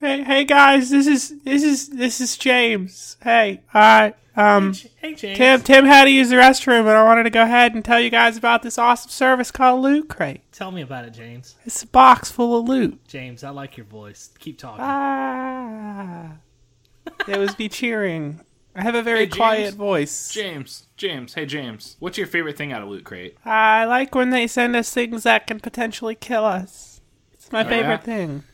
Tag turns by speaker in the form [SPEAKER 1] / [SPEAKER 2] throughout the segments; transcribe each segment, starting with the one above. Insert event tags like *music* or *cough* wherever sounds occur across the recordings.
[SPEAKER 1] Hey, hey guys, this is this is this is James. Hey, I um
[SPEAKER 2] Hey, James.
[SPEAKER 1] Tim Tim had to use the restroom, and I wanted to go ahead and tell you guys about this awesome service called Loot Crate.
[SPEAKER 2] Tell me about it, James.
[SPEAKER 1] It's a box full of loot.
[SPEAKER 2] James, I like your voice. Keep talking.
[SPEAKER 1] Uh, Ah, it was me cheering. I have a very
[SPEAKER 3] Hey, James.
[SPEAKER 1] quiet voice.
[SPEAKER 3] James, James, hey James, what's your favorite thing out of Loot Crate?
[SPEAKER 1] I like when they send us things that can potentially kill us. It's my favorite
[SPEAKER 3] Oh, yeah?
[SPEAKER 1] thing.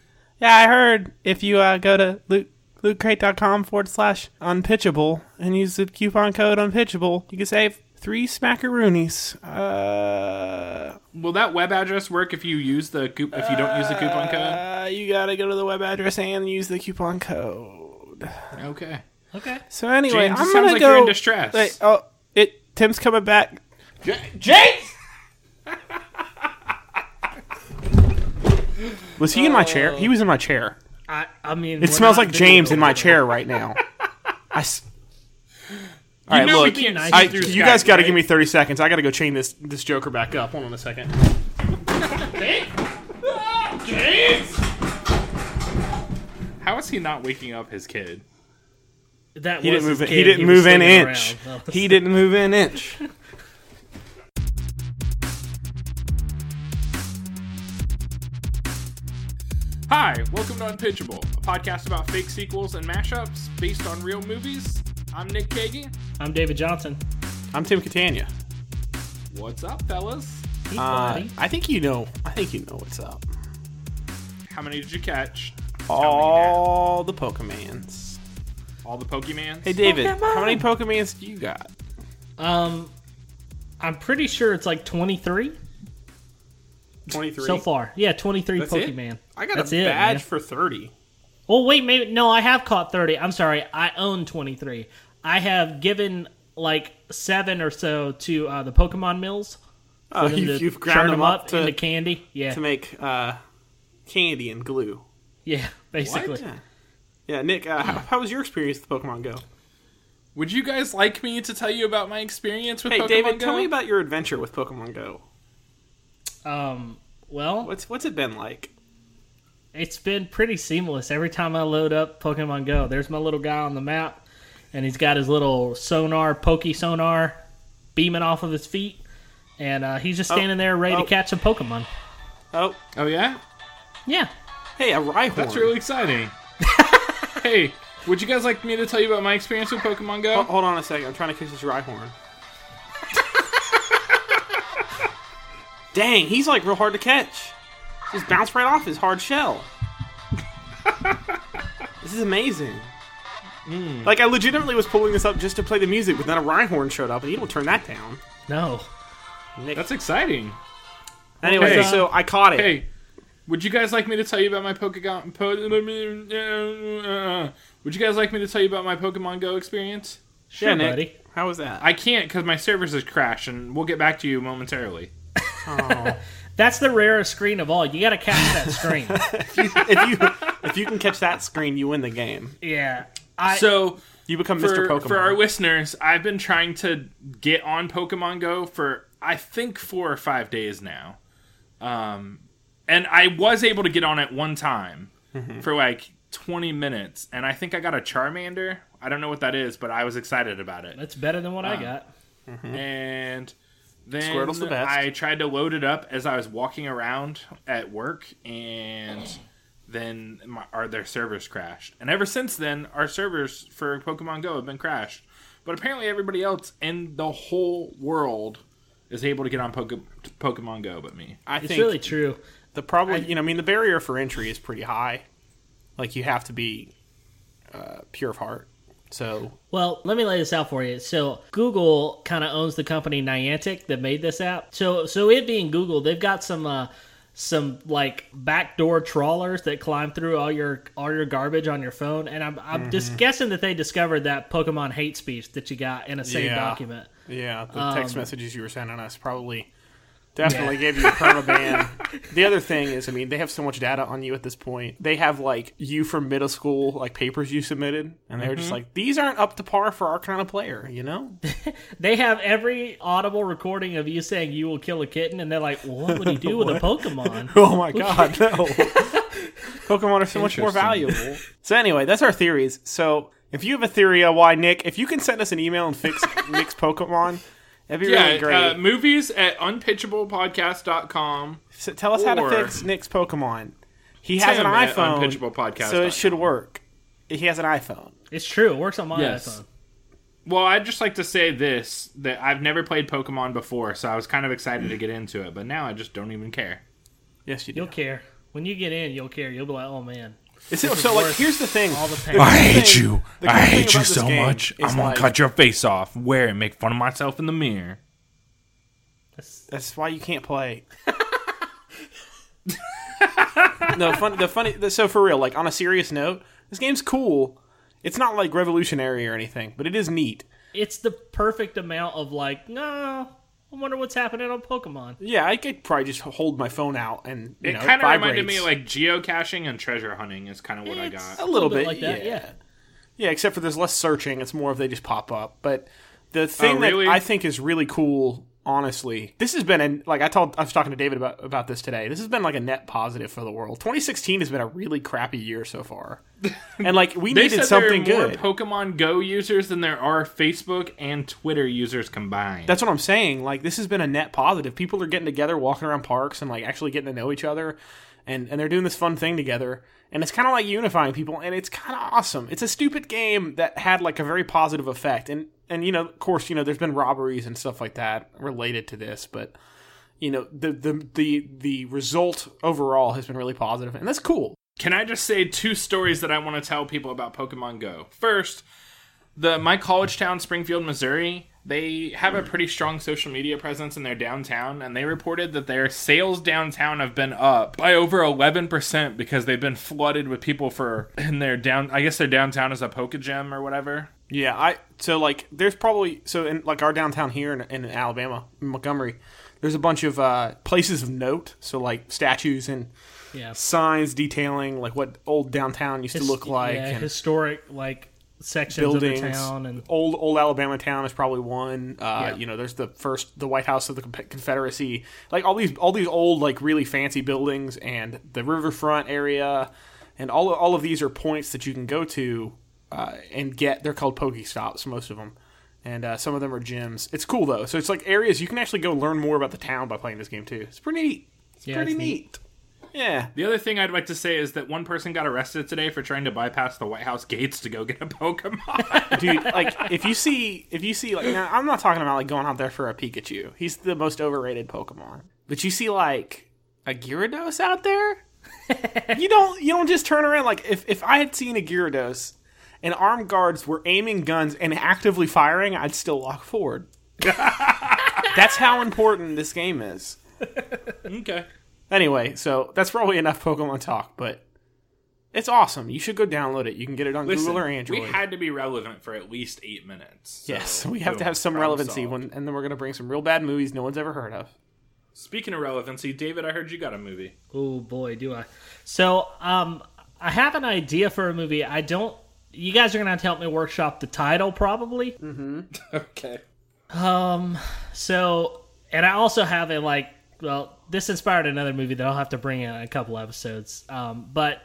[SPEAKER 1] Yeah, I heard if you uh, go to loot, lootcrate.com forward slash unpitchable and use the coupon code unpitchable, you can save three smackaroonies. Uh,
[SPEAKER 3] Will that web address work if you use the coup- if you don't use the coupon code?
[SPEAKER 1] uh, you gotta go to the web address and use the coupon code.
[SPEAKER 3] Okay.
[SPEAKER 2] okay.
[SPEAKER 1] So anyway,
[SPEAKER 3] James, it
[SPEAKER 1] I'm
[SPEAKER 3] sounds
[SPEAKER 1] gonna
[SPEAKER 3] like
[SPEAKER 1] go.
[SPEAKER 3] you're in distress.
[SPEAKER 1] Wait, oh, it. Tim's coming back.
[SPEAKER 3] James.
[SPEAKER 1] Was he in my chair? He was in my chair.
[SPEAKER 2] I, I mean,
[SPEAKER 1] It smells like James in my chair right now. *laughs* I. S- All right,
[SPEAKER 3] know we
[SPEAKER 1] look.
[SPEAKER 3] can't
[SPEAKER 2] Nice.
[SPEAKER 3] see
[SPEAKER 1] I,
[SPEAKER 3] through
[SPEAKER 1] you
[SPEAKER 3] Skype,
[SPEAKER 1] guys got to
[SPEAKER 3] right?
[SPEAKER 1] give me thirty seconds. I got to go chain this this Joker back up. Hold on a second.
[SPEAKER 3] James. How is he not waking up his kid?
[SPEAKER 2] That
[SPEAKER 1] He
[SPEAKER 2] was
[SPEAKER 1] didn't move.
[SPEAKER 2] his
[SPEAKER 1] He
[SPEAKER 2] kid.
[SPEAKER 1] didn't
[SPEAKER 2] was
[SPEAKER 1] move an
[SPEAKER 2] sleeping
[SPEAKER 1] inch.
[SPEAKER 2] around. That was-
[SPEAKER 1] He didn't move an inch.
[SPEAKER 3] Hi, welcome to Unpitchable, a podcast about fake sequels and mashups based on real movies. I'm Nick Kagan.
[SPEAKER 2] I'm David Johnson.
[SPEAKER 1] I'm Tim Catania.
[SPEAKER 3] What's up, fellas?
[SPEAKER 2] Hey,
[SPEAKER 1] Uh,
[SPEAKER 2] buddy.
[SPEAKER 1] I think you know. I think you know what's up.
[SPEAKER 3] How many did you catch? Tell me now.
[SPEAKER 1] All the Pokemans.
[SPEAKER 3] all the Pokemans.
[SPEAKER 1] Hey David, how many Pokemans do you got?
[SPEAKER 2] Um, I'm pretty sure it's like 23
[SPEAKER 1] Twenty three.
[SPEAKER 2] so far. Yeah, 23
[SPEAKER 1] That's it?
[SPEAKER 2] Pokemon.
[SPEAKER 1] I got
[SPEAKER 2] That's
[SPEAKER 1] a
[SPEAKER 2] it,
[SPEAKER 1] badge
[SPEAKER 2] man.
[SPEAKER 1] for thirty.
[SPEAKER 2] Oh wait, maybe no. I have caught 30. I'm sorry. I own 23. I have given like seven or so to uh, the Pokemon mills.
[SPEAKER 1] Oh,
[SPEAKER 2] them
[SPEAKER 1] you,
[SPEAKER 2] to
[SPEAKER 1] you've
[SPEAKER 2] churn
[SPEAKER 1] ground them up to,
[SPEAKER 2] into candy. Yeah,
[SPEAKER 1] to make uh, candy and glue.
[SPEAKER 2] *laughs* yeah, basically.
[SPEAKER 1] Yeah. Yeah, Nick, uh, how, how was your experience with Pokemon Go?
[SPEAKER 3] Would you guys like me to tell you about my experience with
[SPEAKER 1] Hey,
[SPEAKER 3] Pokemon
[SPEAKER 1] David,
[SPEAKER 3] Go?
[SPEAKER 1] tell me about your adventure with Pokemon Go.
[SPEAKER 2] Um, well,
[SPEAKER 1] What's what's it been like?
[SPEAKER 2] it's been pretty seamless. Every time I load up Pokemon Go, there's my little guy on the map, and he's got his little sonar, pokey sonar, beaming off of his feet, and uh, he's just standing there ready
[SPEAKER 1] oh.
[SPEAKER 2] to catch a Pokemon.
[SPEAKER 1] Oh,
[SPEAKER 3] Oh yeah,
[SPEAKER 2] Yeah,
[SPEAKER 1] hey, a Rhyhorn.
[SPEAKER 3] that's
[SPEAKER 1] *laughs*
[SPEAKER 3] really exciting. hey, would you guys like me to tell you about my experience with Pokemon Go?
[SPEAKER 1] Oh, hold on a second, I'm trying to catch this
[SPEAKER 3] *laughs*
[SPEAKER 1] Rhyhorn. Dang, he's like real hard to catch. Just bounce right off his hard
[SPEAKER 3] *laughs*
[SPEAKER 1] shell. this is amazing.
[SPEAKER 3] Hmm.
[SPEAKER 1] Like I legitimately was pulling this up just to play the music, but then a Rhyhorn showed up, and you don't turn that down.
[SPEAKER 2] no,
[SPEAKER 1] Nick.
[SPEAKER 3] That's exciting.
[SPEAKER 1] anyway,
[SPEAKER 3] okay.
[SPEAKER 1] so I caught it.
[SPEAKER 3] Hey, would you guys like me to tell you about my Pokemon? Po- would you guys like me to tell you about my Pokemon Go experience?
[SPEAKER 2] sure,
[SPEAKER 1] Nick.
[SPEAKER 2] buddy.
[SPEAKER 1] How was that?
[SPEAKER 3] I can't because my servers has crashed, and we'll get back to you momentarily.
[SPEAKER 2] That's the rarest screen of all. You got to catch that
[SPEAKER 1] *laughs*
[SPEAKER 2] screen.
[SPEAKER 1] if you if you can catch that screen, you win the game.
[SPEAKER 2] yeah, I
[SPEAKER 3] So
[SPEAKER 1] You become Mr.
[SPEAKER 3] for,
[SPEAKER 1] Pokemon.
[SPEAKER 3] for our listeners, I've been trying to get on Pokemon Go for I think four or five days now, um, and I was able to get on at one time for like twenty minutes, and I think I got a Charmander. I don't know what that is, but I was excited about it.
[SPEAKER 2] that's better than what
[SPEAKER 1] Uh,
[SPEAKER 2] I got.
[SPEAKER 3] And then
[SPEAKER 1] Squirtle's the best.
[SPEAKER 3] I tried to load it up as I was walking around at work, and then my, our, their servers crashed. And ever since then, our servers for Pokemon Go have been crashed. But apparently, everybody else in the whole world is able to get on Poke- Pokemon Go, but me.
[SPEAKER 1] I
[SPEAKER 2] It's
[SPEAKER 1] think
[SPEAKER 2] really true.
[SPEAKER 1] the problem, you know, I mean, the barrier for entry is pretty high. Like you have to be uh, pure of heart. So
[SPEAKER 2] Well, let me lay this out for you. So Google kind of owns the company Niantic that made this app. So so it being Google, they've got some uh, some like backdoor trawlers that climb through all your all your garbage on your phone. And I'm I'm just guessing that they discovered that Pokemon hate speech that you got in a saved
[SPEAKER 1] Yeah.
[SPEAKER 2] document.
[SPEAKER 1] Um, yeah, the text messages you were sending us probably Definitely gave you a *laughs* permaban. the other thing is, I mean, they have so much data on you at this point. They have like you from middle school, like papers you submitted, and they were just like, these aren't up to par for our kind of player, you know?
[SPEAKER 2] They have every audible recording of you saying you will kill a kitten, and they're like, well, "What would he do with a Pokemon?"
[SPEAKER 1] *laughs* oh my god, no! Pokemon are so much more
[SPEAKER 4] Interesting.
[SPEAKER 1] valuable. So anyway, that's our theories. So if you have a theory on why Nick, if you can send us an email and fix Nick's Pokemon, that'd be really great.
[SPEAKER 3] Uh, movies at unpitchablepodcast.com.
[SPEAKER 1] So tell us how to
[SPEAKER 3] Or-
[SPEAKER 1] fix Nick's Pokemon. He has an
[SPEAKER 3] Tim at
[SPEAKER 1] iPhone,
[SPEAKER 3] unpitchablepodcast.com.
[SPEAKER 1] so it should work. He has an iPhone.
[SPEAKER 2] It's true. It works on my
[SPEAKER 4] Yes.
[SPEAKER 2] iPhone.
[SPEAKER 3] Well, I'd just like to say this that I've never played Pokemon before, so I was kind of excited to get into it, but now I just don't even care.
[SPEAKER 1] Yes, you do.
[SPEAKER 2] You'll care when you get in. You'll care. You'll be like, "Oh man,
[SPEAKER 1] It's- so, like, here's the thing.
[SPEAKER 2] all the pain."
[SPEAKER 1] The good
[SPEAKER 3] I hate
[SPEAKER 1] thing-
[SPEAKER 3] you.
[SPEAKER 1] the
[SPEAKER 3] I
[SPEAKER 1] good thing
[SPEAKER 3] hate you
[SPEAKER 1] about this
[SPEAKER 3] so
[SPEAKER 1] game
[SPEAKER 3] much.
[SPEAKER 1] is,
[SPEAKER 3] I'm gonna
[SPEAKER 1] like,
[SPEAKER 3] cut your face off, wear it, make fun of myself in the mirror.
[SPEAKER 2] That's-
[SPEAKER 1] That's why you can't
[SPEAKER 3] *laughs*
[SPEAKER 1] play. no, fun, the funny. The, so for real, like on a serious note, this game's cool. It's not like revolutionary or anything, but it is neat.
[SPEAKER 2] It's the perfect amount of like, no. I wonder what's happening on Pokemon.
[SPEAKER 1] Yeah, I could probably just hold my phone out and you
[SPEAKER 3] It
[SPEAKER 1] know,
[SPEAKER 3] kind of reminded
[SPEAKER 1] vibrates.
[SPEAKER 3] me of, like geocaching and treasure hunting is kind of what I
[SPEAKER 2] It's-
[SPEAKER 3] got.
[SPEAKER 1] a little, bit,
[SPEAKER 2] like that, yeah.
[SPEAKER 1] Yeah, except for there's less searching. It's more of they just pop up. But the thing
[SPEAKER 3] Oh, really?
[SPEAKER 1] that I think is really cool, honestly, this has been an, like I told I was talking to David about about this today. This has been like a net positive for the world. 2016 has been a really crappy year so
[SPEAKER 3] *laughs*
[SPEAKER 1] far, and like we
[SPEAKER 3] They
[SPEAKER 1] needed
[SPEAKER 3] said
[SPEAKER 1] something
[SPEAKER 3] there are
[SPEAKER 1] good.
[SPEAKER 3] more Pokemon Go users than there are Facebook and Twitter users combined.
[SPEAKER 1] That's what I'm saying. Like this has been a net positive. People are getting together, walking around parks, and like actually getting to know each other, and and they're doing this fun thing together. And it's kind of like unifying people, and it's kind of awesome. It's a stupid game that had like a very positive effect, and and you know, of course, you know, there's been robberies and stuff like that related to this, but you know, the the the the result overall has been really positive, and that's cool.
[SPEAKER 3] Can I just say two stories that I want to tell people about Pokemon Go? First, the my college town, Springfield, Missouri, they have a pretty strong social media presence in their downtown, and they reported that their sales downtown have been up by over eleven percent because they've been flooded with people for in their down. I guess their downtown is a Poke Gym or whatever.
[SPEAKER 1] Yeah, I so like there's probably so in like our downtown here in, in Alabama, in Montgomery, there's a bunch of uh, places of note. So like statues and
[SPEAKER 2] Yeah.
[SPEAKER 1] signs detailing like what old downtown used to look like,
[SPEAKER 2] yeah,
[SPEAKER 1] and
[SPEAKER 2] historic like sections
[SPEAKER 1] buildings.
[SPEAKER 2] of the town and
[SPEAKER 1] Old old Alabama town is probably one. Uh,
[SPEAKER 2] Yeah.
[SPEAKER 1] You know, there's the first the White House of the Con- Confederacy, like all these all these old like really fancy buildings and the riverfront area, and all all of these are points that you can go to uh, and get. They're called Pokestops, most of them. And uh, some of them are gyms. It's cool though. So it's like areas you can actually go learn more about the town by playing this game too. It's pretty neat. It's
[SPEAKER 2] Yeah,
[SPEAKER 1] pretty
[SPEAKER 2] it's
[SPEAKER 1] neat. Yeah.
[SPEAKER 3] The other thing I'd like to say is that one person got arrested today for trying to bypass the White House gates to go get
[SPEAKER 1] *laughs*
[SPEAKER 3] a Pokemon.
[SPEAKER 1] dude like if you see if you see like now i'm not talking about like going out there for a pikachu he's the most overrated pokemon but you see like a gyarados out there you don't you don't just turn around like if if i had seen a gyarados and armed guards were aiming guns and actively firing i'd still walk forward that's how important this game is
[SPEAKER 3] okay.
[SPEAKER 1] anyway so that's probably enough pokemon talk but it's awesome. You should go download it. You can get it on Google or Android.
[SPEAKER 3] We had to be relevant for at least eight minutes. so
[SPEAKER 1] Yes, we have to
[SPEAKER 3] boom,
[SPEAKER 1] have some
[SPEAKER 3] problem
[SPEAKER 1] relevancy
[SPEAKER 3] solved.
[SPEAKER 1] when, and then we're gonna bring some real bad movies no one's ever heard of.
[SPEAKER 3] Speaking of relevancy, David, I heard you got a movie.
[SPEAKER 2] oh boy do i so um i have an idea for a movie i don't you guys are gonna have to help me workshop the title probably
[SPEAKER 3] Okay.
[SPEAKER 2] so and i also have a like well this inspired another movie that i'll have to bring in a couple episodes um but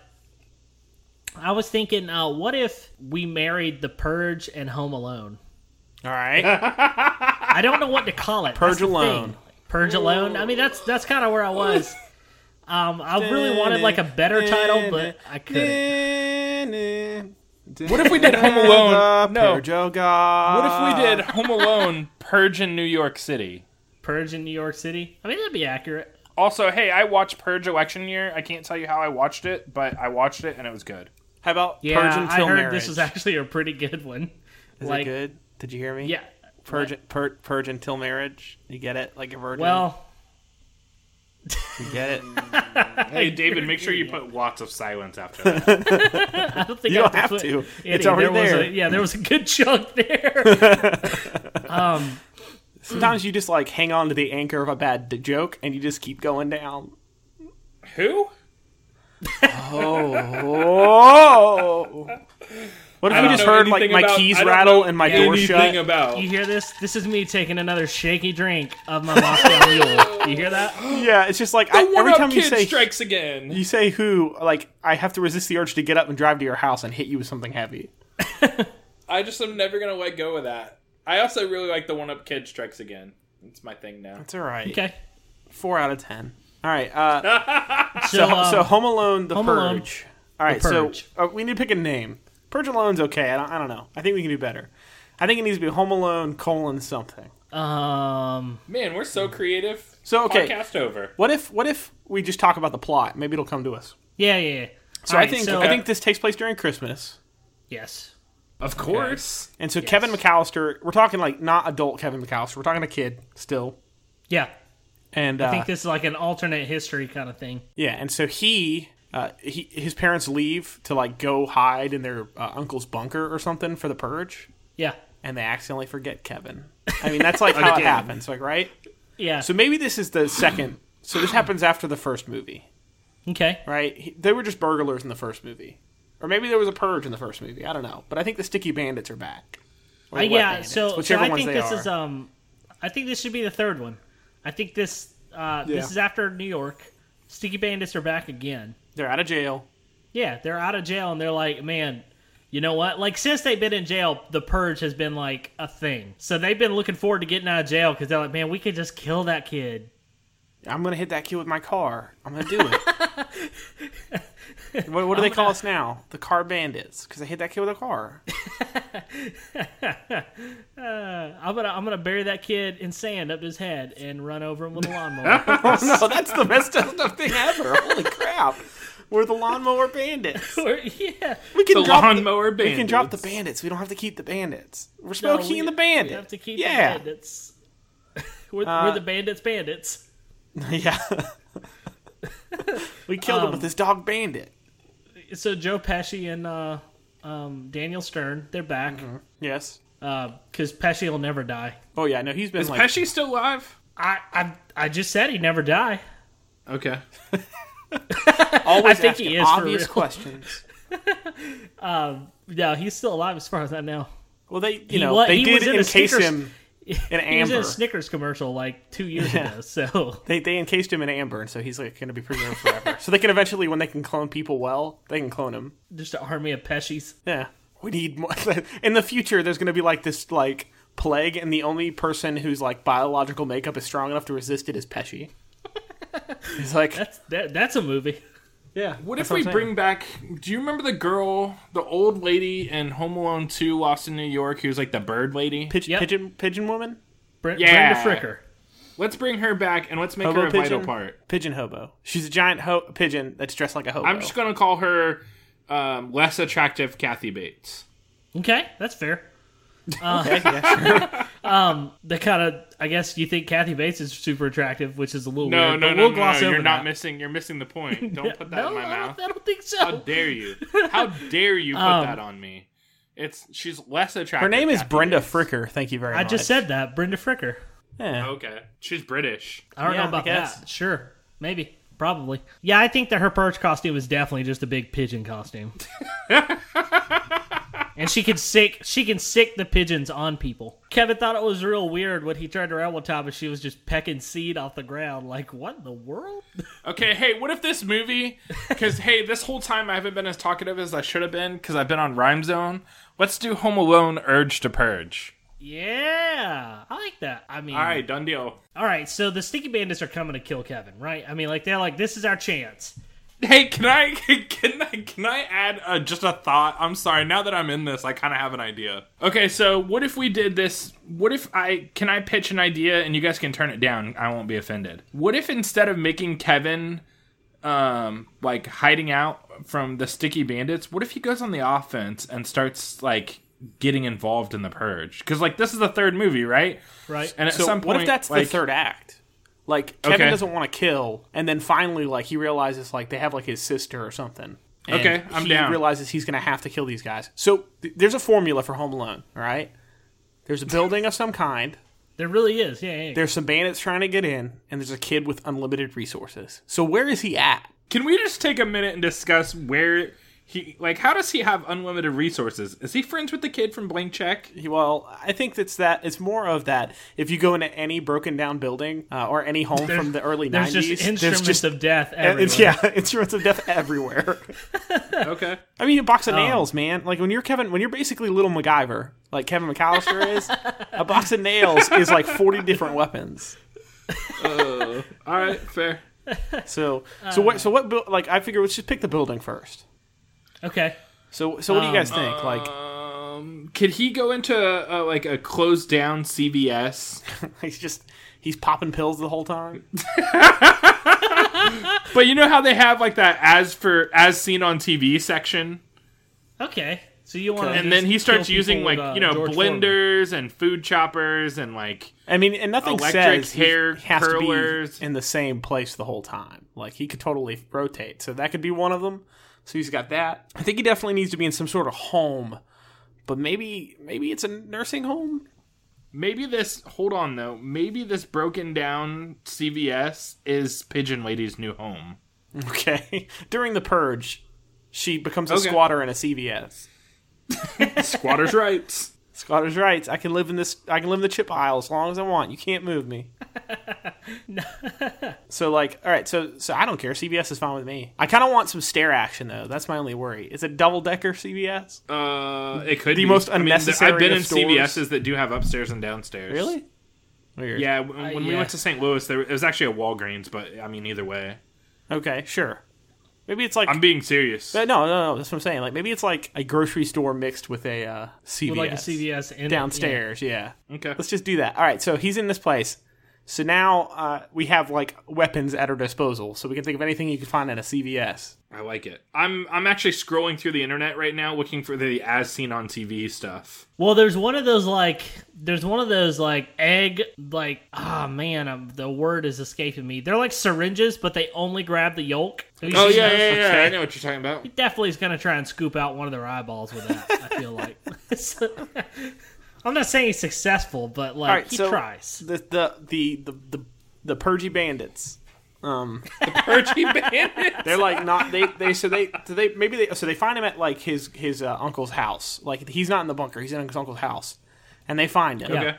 [SPEAKER 2] i was thinking uh what if we married the purge and home alone
[SPEAKER 1] All right,
[SPEAKER 2] I don't know what to call it.
[SPEAKER 1] Purge
[SPEAKER 2] That's the thing.
[SPEAKER 1] Alone.
[SPEAKER 2] Purge alone. I mean, that's that's kind of where I was. Um, I really wanted like a better title, but I couldn't.
[SPEAKER 1] what
[SPEAKER 3] What if we did Home Alone? No. What
[SPEAKER 1] God.
[SPEAKER 3] if we did Home Alone, *laughs* Purge in New York City?
[SPEAKER 2] Purge in New York City. I mean, that'd be accurate.
[SPEAKER 3] Also, hey, I watched Purge election year. I can't tell you how I watched it, but I watched it and it was good.
[SPEAKER 1] How about
[SPEAKER 2] Yeah,
[SPEAKER 1] Purge
[SPEAKER 2] I
[SPEAKER 1] until
[SPEAKER 2] heard
[SPEAKER 1] marriage?
[SPEAKER 2] this was actually a pretty good one.
[SPEAKER 1] Is it
[SPEAKER 2] like,
[SPEAKER 1] good? Did you hear me?
[SPEAKER 2] yeah.
[SPEAKER 1] Purge, pur- purge until marriage. You get it? Like a virgin.
[SPEAKER 2] Well,
[SPEAKER 1] you get it.
[SPEAKER 3] Hey, David, make sure you put lots of silence *laughs* after that.
[SPEAKER 2] I don't think
[SPEAKER 1] You
[SPEAKER 2] I
[SPEAKER 1] don't
[SPEAKER 2] have
[SPEAKER 1] have
[SPEAKER 2] put
[SPEAKER 1] to.
[SPEAKER 2] any.
[SPEAKER 1] It's already
[SPEAKER 2] there. Was *laughs*
[SPEAKER 1] there. *laughs*
[SPEAKER 2] a, yeah, there was a good chunk there. um,
[SPEAKER 1] Sometimes you just like hang on to the anchor of a bad d- joke and you just keep going down.
[SPEAKER 3] Who?
[SPEAKER 1] Oh. What
[SPEAKER 3] I
[SPEAKER 1] if we
[SPEAKER 3] don't
[SPEAKER 1] just
[SPEAKER 3] know
[SPEAKER 1] heard like
[SPEAKER 3] anything
[SPEAKER 1] my
[SPEAKER 3] about-
[SPEAKER 1] keys
[SPEAKER 3] I don't
[SPEAKER 1] rattle
[SPEAKER 3] know
[SPEAKER 1] and my door
[SPEAKER 3] anything
[SPEAKER 1] shut?
[SPEAKER 3] about.
[SPEAKER 2] You hear this? This is me taking another shaky drink of my
[SPEAKER 1] *laughs*
[SPEAKER 2] Moscow Mule. You hear that?
[SPEAKER 1] yeah, it's just like I,
[SPEAKER 3] One
[SPEAKER 1] every
[SPEAKER 3] up
[SPEAKER 1] time you
[SPEAKER 3] kid
[SPEAKER 1] say
[SPEAKER 3] strikes again.
[SPEAKER 1] you say who, like I have to resist the urge to get up and drive to your house and hit you with something heavy.
[SPEAKER 3] I just am never gonna let go of that. I also really like the one up kid strikes again. It's my thing now.
[SPEAKER 1] It's all right.
[SPEAKER 2] Okay.
[SPEAKER 1] Four out of ten. All right. Uh, *gasps*
[SPEAKER 2] So,
[SPEAKER 1] so,
[SPEAKER 2] um,
[SPEAKER 1] so Home Alone, The
[SPEAKER 2] Home
[SPEAKER 1] Purge.
[SPEAKER 2] Alone,
[SPEAKER 1] All right.
[SPEAKER 2] Purge.
[SPEAKER 1] So uh, we need to pick a name. Purge Alone's okay. I don't, I don't know. I think we can do better. I think it needs to be Home Alone colon something.
[SPEAKER 2] um,
[SPEAKER 3] Man, we're so creative.
[SPEAKER 1] So okay.
[SPEAKER 3] Podcast over.
[SPEAKER 1] What if what if we just talk about the plot? Maybe it'll come to us.
[SPEAKER 2] yeah, yeah. yeah.
[SPEAKER 1] So
[SPEAKER 2] All
[SPEAKER 1] I
[SPEAKER 2] right,
[SPEAKER 1] think
[SPEAKER 2] so-
[SPEAKER 1] I think this takes place during Christmas.
[SPEAKER 2] yes.
[SPEAKER 3] Of course.
[SPEAKER 1] And so Kevin McAllister, we're talking like not adult Kevin McAllister. We're talking a kid still.
[SPEAKER 2] Yeah.
[SPEAKER 1] And uh,
[SPEAKER 2] I think this is like an alternate history kind of thing.
[SPEAKER 1] yeah, and so he, uh, he his parents leave to like go hide in their uh, uncle's bunker or something for the purge,
[SPEAKER 2] Yeah.
[SPEAKER 1] and they accidentally forget Kevin. I mean, that's like how it happens, like right?
[SPEAKER 2] Yeah.
[SPEAKER 1] So maybe this is the second. So this happens after the first movie.
[SPEAKER 2] okay. Uh,
[SPEAKER 1] right? He- They were just burglars in the first movie, or maybe there was a purge in the first movie. I don't know, but I think the sticky bandits are back. Or
[SPEAKER 2] Uh,
[SPEAKER 1] the wet
[SPEAKER 2] yeah.
[SPEAKER 1] bandits,
[SPEAKER 2] So, so
[SPEAKER 1] whichever
[SPEAKER 2] I
[SPEAKER 1] ones
[SPEAKER 2] think
[SPEAKER 1] they
[SPEAKER 2] this
[SPEAKER 1] are.
[SPEAKER 2] is um, I think this should be the third one. I think this uh, this is after New York. Sticky Bandits are back again.
[SPEAKER 1] they're out of jail.
[SPEAKER 2] Yeah, they're out of jail and they're like, man, you know what? Like since they've been in jail, the purge has been like a thing. So they've been looking forward to getting out of jail because they're like, man, we could just kill that kid.
[SPEAKER 1] I'm gonna hit that kid with my car. I'm gonna do it.
[SPEAKER 2] *laughs*
[SPEAKER 1] what, what do they call us now? The car bandits, because I hit that kid with a
[SPEAKER 2] *laughs*
[SPEAKER 1] car.
[SPEAKER 2] I'm gonna I'm gonna bury that kid in sand up his head and run over him with a lawnmower. *laughs*
[SPEAKER 1] oh no, that's the *laughs* best stuff thing ever. Holy crap! We're the lawnmower
[SPEAKER 2] *laughs*
[SPEAKER 1] bandits.
[SPEAKER 2] Or- yeah,
[SPEAKER 1] We can
[SPEAKER 3] The
[SPEAKER 1] drop
[SPEAKER 3] lawnmower
[SPEAKER 1] The, we can drop the
[SPEAKER 3] bandits.
[SPEAKER 1] bandits. We don't have to keep the bandits. We're
[SPEAKER 2] No,
[SPEAKER 1] Smokey
[SPEAKER 2] we-
[SPEAKER 1] and the bandit.
[SPEAKER 2] We have to keep
[SPEAKER 1] yeah.
[SPEAKER 2] the bandits. *laughs* we're, we're the bandits, bandits.
[SPEAKER 1] *laughs*
[SPEAKER 2] Um,
[SPEAKER 1] Yeah. we killed him with this dog bandit.
[SPEAKER 2] So Joe Pesci and uh, um, Daniel Stern, they're back because
[SPEAKER 1] Yes.
[SPEAKER 2] Pesci will never die.
[SPEAKER 1] Oh yeah, no, he's been
[SPEAKER 3] Is
[SPEAKER 1] like
[SPEAKER 3] Pesci still alive?
[SPEAKER 2] I I I just said he'd never die.
[SPEAKER 3] Okay.
[SPEAKER 1] always
[SPEAKER 2] I think
[SPEAKER 1] asking
[SPEAKER 2] he is for
[SPEAKER 1] obvious
[SPEAKER 2] real.
[SPEAKER 1] questions.
[SPEAKER 2] Yeah, he's still alive as far as I know.
[SPEAKER 1] Well, they you know
[SPEAKER 2] wa-
[SPEAKER 1] they
[SPEAKER 2] he
[SPEAKER 1] did
[SPEAKER 2] was in a
[SPEAKER 1] encase
[SPEAKER 2] Snickers-
[SPEAKER 1] him in
[SPEAKER 2] *laughs* He was in
[SPEAKER 1] amber.
[SPEAKER 2] a Snickers commercial like two years ago, so *laughs*
[SPEAKER 1] They, they encased him in amber, and so he's like going to be preserved forever. so they can eventually, when they can clone people well, they can clone him.
[SPEAKER 2] just an army of peshies.
[SPEAKER 1] Yeah, we need more. *laughs* in the future. There's going to be like this like plague, and the only person whose like biological makeup is strong enough to resist it is
[SPEAKER 2] *laughs*
[SPEAKER 1] Pesci. He's like,
[SPEAKER 2] That's that, that's a movie.
[SPEAKER 1] yeah.
[SPEAKER 3] What if we bring back? Do you remember the girl, the old lady in Home Alone Two, Lost in New York, who's like the bird lady?
[SPEAKER 1] pigeon
[SPEAKER 2] Yep.
[SPEAKER 1] pigeon pigeon woman?
[SPEAKER 2] Br-
[SPEAKER 3] Yeah.
[SPEAKER 2] Brenda Fricker.
[SPEAKER 3] Let's bring her back and let's make
[SPEAKER 1] Hobo
[SPEAKER 3] her a
[SPEAKER 1] pigeon?
[SPEAKER 3] vital part.
[SPEAKER 1] Pigeon hobo. She's a giant ho- pigeon that's dressed like a hobo.
[SPEAKER 3] I'm just gonna call her um, less attractive Kathy Bates.
[SPEAKER 2] Okay, that's fair. Uh,
[SPEAKER 3] *laughs*
[SPEAKER 1] Okay, yeah, sure.
[SPEAKER 2] *laughs* They kind of, I guess, you think Kathy Bates is super attractive, which is a little
[SPEAKER 3] No,
[SPEAKER 2] weird.
[SPEAKER 3] no,
[SPEAKER 2] but
[SPEAKER 3] no,
[SPEAKER 2] we'll
[SPEAKER 3] no,
[SPEAKER 2] gloss
[SPEAKER 3] no,
[SPEAKER 2] over
[SPEAKER 3] You're not
[SPEAKER 2] that.
[SPEAKER 3] missing. You're missing
[SPEAKER 2] *laughs*
[SPEAKER 3] the point. Don't put that
[SPEAKER 2] no,
[SPEAKER 3] in my
[SPEAKER 2] I don't-
[SPEAKER 3] mouth.
[SPEAKER 2] I don't think so. Um,
[SPEAKER 3] How dare you?
[SPEAKER 2] *laughs*
[SPEAKER 3] How dare you put that on me? It's she's less attractive.
[SPEAKER 1] Her name is
[SPEAKER 3] Kathy
[SPEAKER 1] Brenda
[SPEAKER 3] Bates.
[SPEAKER 1] Fricker. Thank you very
[SPEAKER 2] I
[SPEAKER 1] much.
[SPEAKER 2] just said that Brenda Fricker.
[SPEAKER 1] Yeah.
[SPEAKER 3] Okay, she's British.
[SPEAKER 2] I don't
[SPEAKER 1] Yeah,
[SPEAKER 2] know about
[SPEAKER 1] I guess.
[SPEAKER 2] that. Sure, maybe, probably. Yeah, I think that her purge costume is definitely just a big pigeon *laughs* costume. and she can sick she can sick the pigeons on people. Kevin thought it was real weird when he turned around one time and she was just pecking seed off the ground. Like, what in the world? *laughs*
[SPEAKER 3] Okay, hey, what if this movie? Because hey, this whole time I haven't been as talkative as I should have been because I've been on Rhyme Zone. Let's do Home Alone: Urge to Purge.
[SPEAKER 2] Yeah, I like that. I mean,
[SPEAKER 3] All right, done deal.
[SPEAKER 2] all right. So the sticky bandits are coming to kill Kevin, right? I mean, like they're like, this is our chance.
[SPEAKER 3] Hey, can I *laughs* can I can I add uh, just a thought? I'm sorry. Now that I'm in this, I kind of have an idea. Okay, so what if we did this? What if I can I pitch an idea and you guys can turn it down? I won't be offended. What if instead of making Kevin um like hiding out from the sticky bandits, what if he goes on the offense and starts like getting involved in the purge? Cuz like this is the third movie, right?
[SPEAKER 2] Right.
[SPEAKER 3] And at
[SPEAKER 1] So
[SPEAKER 3] some
[SPEAKER 1] what
[SPEAKER 3] point
[SPEAKER 1] if that's
[SPEAKER 3] like,
[SPEAKER 1] the third act? Like Kevin
[SPEAKER 3] Okay.
[SPEAKER 1] doesn't want to kill, and then finally, like he realizes like they have like his sister or something. And
[SPEAKER 3] Okay, I'm
[SPEAKER 1] he
[SPEAKER 3] down.
[SPEAKER 1] Realizes he's gonna have to kill these guys. So th- there's a formula for Home Alone. All right, there's a building of some kind.
[SPEAKER 2] There really is. Yeah, yeah.
[SPEAKER 1] There's some bandits trying to get in, and there's a kid with unlimited resources. So where is he at?
[SPEAKER 3] Can we just take a minute and discuss where he like how does he have unlimited resources? Is he friends with the kid from Blank *laughs* Check?
[SPEAKER 1] He- Well, I think that's that. It's more of that. If you go into any broken down building uh, or any home from the early
[SPEAKER 2] There's
[SPEAKER 1] 90s,
[SPEAKER 2] just instruments of death
[SPEAKER 1] *laughs*
[SPEAKER 2] everywhere.
[SPEAKER 1] it's, yeah, *laughs* instruments of death everywhere.
[SPEAKER 3] Okay.
[SPEAKER 1] I mean, a box
[SPEAKER 3] Oh.
[SPEAKER 1] of nails, man. Like when you're Kevin, when you're basically little MacGyver, like Kevin McAllister is, a box of nails is like 40 different weapons.
[SPEAKER 3] All right, fair.
[SPEAKER 1] So, so what? So what? buil- Like, I figure let's just pick the building first.
[SPEAKER 2] Okay.
[SPEAKER 1] So, so what do you guys
[SPEAKER 3] uh,
[SPEAKER 1] think? Like, *laughs*
[SPEAKER 3] Um, could he go into a, a, like a closed down CVS?
[SPEAKER 1] he's just he's popping pills the whole time.
[SPEAKER 3] But you know how they have like that as for as seen on TV section,
[SPEAKER 2] Okay. So you want
[SPEAKER 3] and then he starts using like
[SPEAKER 2] uh,
[SPEAKER 3] you know blenders and food choppers and like
[SPEAKER 1] I mean, and nothing
[SPEAKER 3] Electric
[SPEAKER 1] says
[SPEAKER 3] hair
[SPEAKER 1] he has
[SPEAKER 3] curlers.
[SPEAKER 1] to be in the same place the whole time. Like he could totally rotate. So that could be one of them. So he's got that. I think he definitely needs to be in some sort of home, but maybe maybe it's a nursing home.
[SPEAKER 3] maybe this. Hold on though, maybe this broken down CVS is Pigeon Lady's new home.
[SPEAKER 1] Okay. *laughs* During the purge, she becomes a
[SPEAKER 3] Okay.
[SPEAKER 1] squatter in a CVS.
[SPEAKER 3] Squatters' *laughs* rights.
[SPEAKER 1] Squatter's rights. I can live in this. I can live in the chip aisle as long as I want. You can't move me. so like, all right. So so I don't care. CVS is fine with me. I kind of want some stare action though. That's my only worry. It's a double decker CVS.
[SPEAKER 3] Uh, it could
[SPEAKER 1] The
[SPEAKER 3] be.
[SPEAKER 1] most
[SPEAKER 3] I mean, th-
[SPEAKER 1] unnecessary
[SPEAKER 3] I've been
[SPEAKER 1] of
[SPEAKER 3] in
[SPEAKER 1] stores.
[SPEAKER 3] CVSs that do have upstairs and downstairs.
[SPEAKER 1] Really? Weird.
[SPEAKER 3] Yeah. When, when we
[SPEAKER 2] yeah.
[SPEAKER 3] went to St. Louis, there it was actually a Walgreens, but I mean, either way,
[SPEAKER 1] Okay. Sure. Maybe it's like.
[SPEAKER 3] I'm being serious.
[SPEAKER 1] but no, no, no. That's what I'm saying. Like maybe it's like a grocery store mixed with a uh, CVS.
[SPEAKER 2] with like a CVS in it, yeah.
[SPEAKER 1] downstairs. yeah.
[SPEAKER 3] Okay.
[SPEAKER 1] Let's just do that. All right, so he's in this place. So now uh, we have like weapons at our disposal, so we can think of anything you can find at a CVS.
[SPEAKER 3] I like it. I'm I'm actually scrolling through the internet right now looking for the as seen on TV stuff.
[SPEAKER 2] Well, there's one of those like there's one of those like egg like ah man um, the word is escaping me. They're like syringes, but they only grab the yolk. Have you
[SPEAKER 3] Oh,
[SPEAKER 2] seen those?
[SPEAKER 3] I know what you're talking *laughs* about.
[SPEAKER 2] Definitely is gonna try and scoop out one of their eyeballs with that. I feel like. *laughs* So- I'm not saying he's successful, but like
[SPEAKER 1] All right,
[SPEAKER 2] he
[SPEAKER 1] so
[SPEAKER 2] tries.
[SPEAKER 1] the the the the the, the Purgy Bandits. Um,
[SPEAKER 3] Purgy Bandit.
[SPEAKER 1] they're like not they they so they so they maybe they so they find him at like his his uh, uncle's house. Like he's not in the bunker; he's in his uncle's house, and they find him.
[SPEAKER 3] Okay.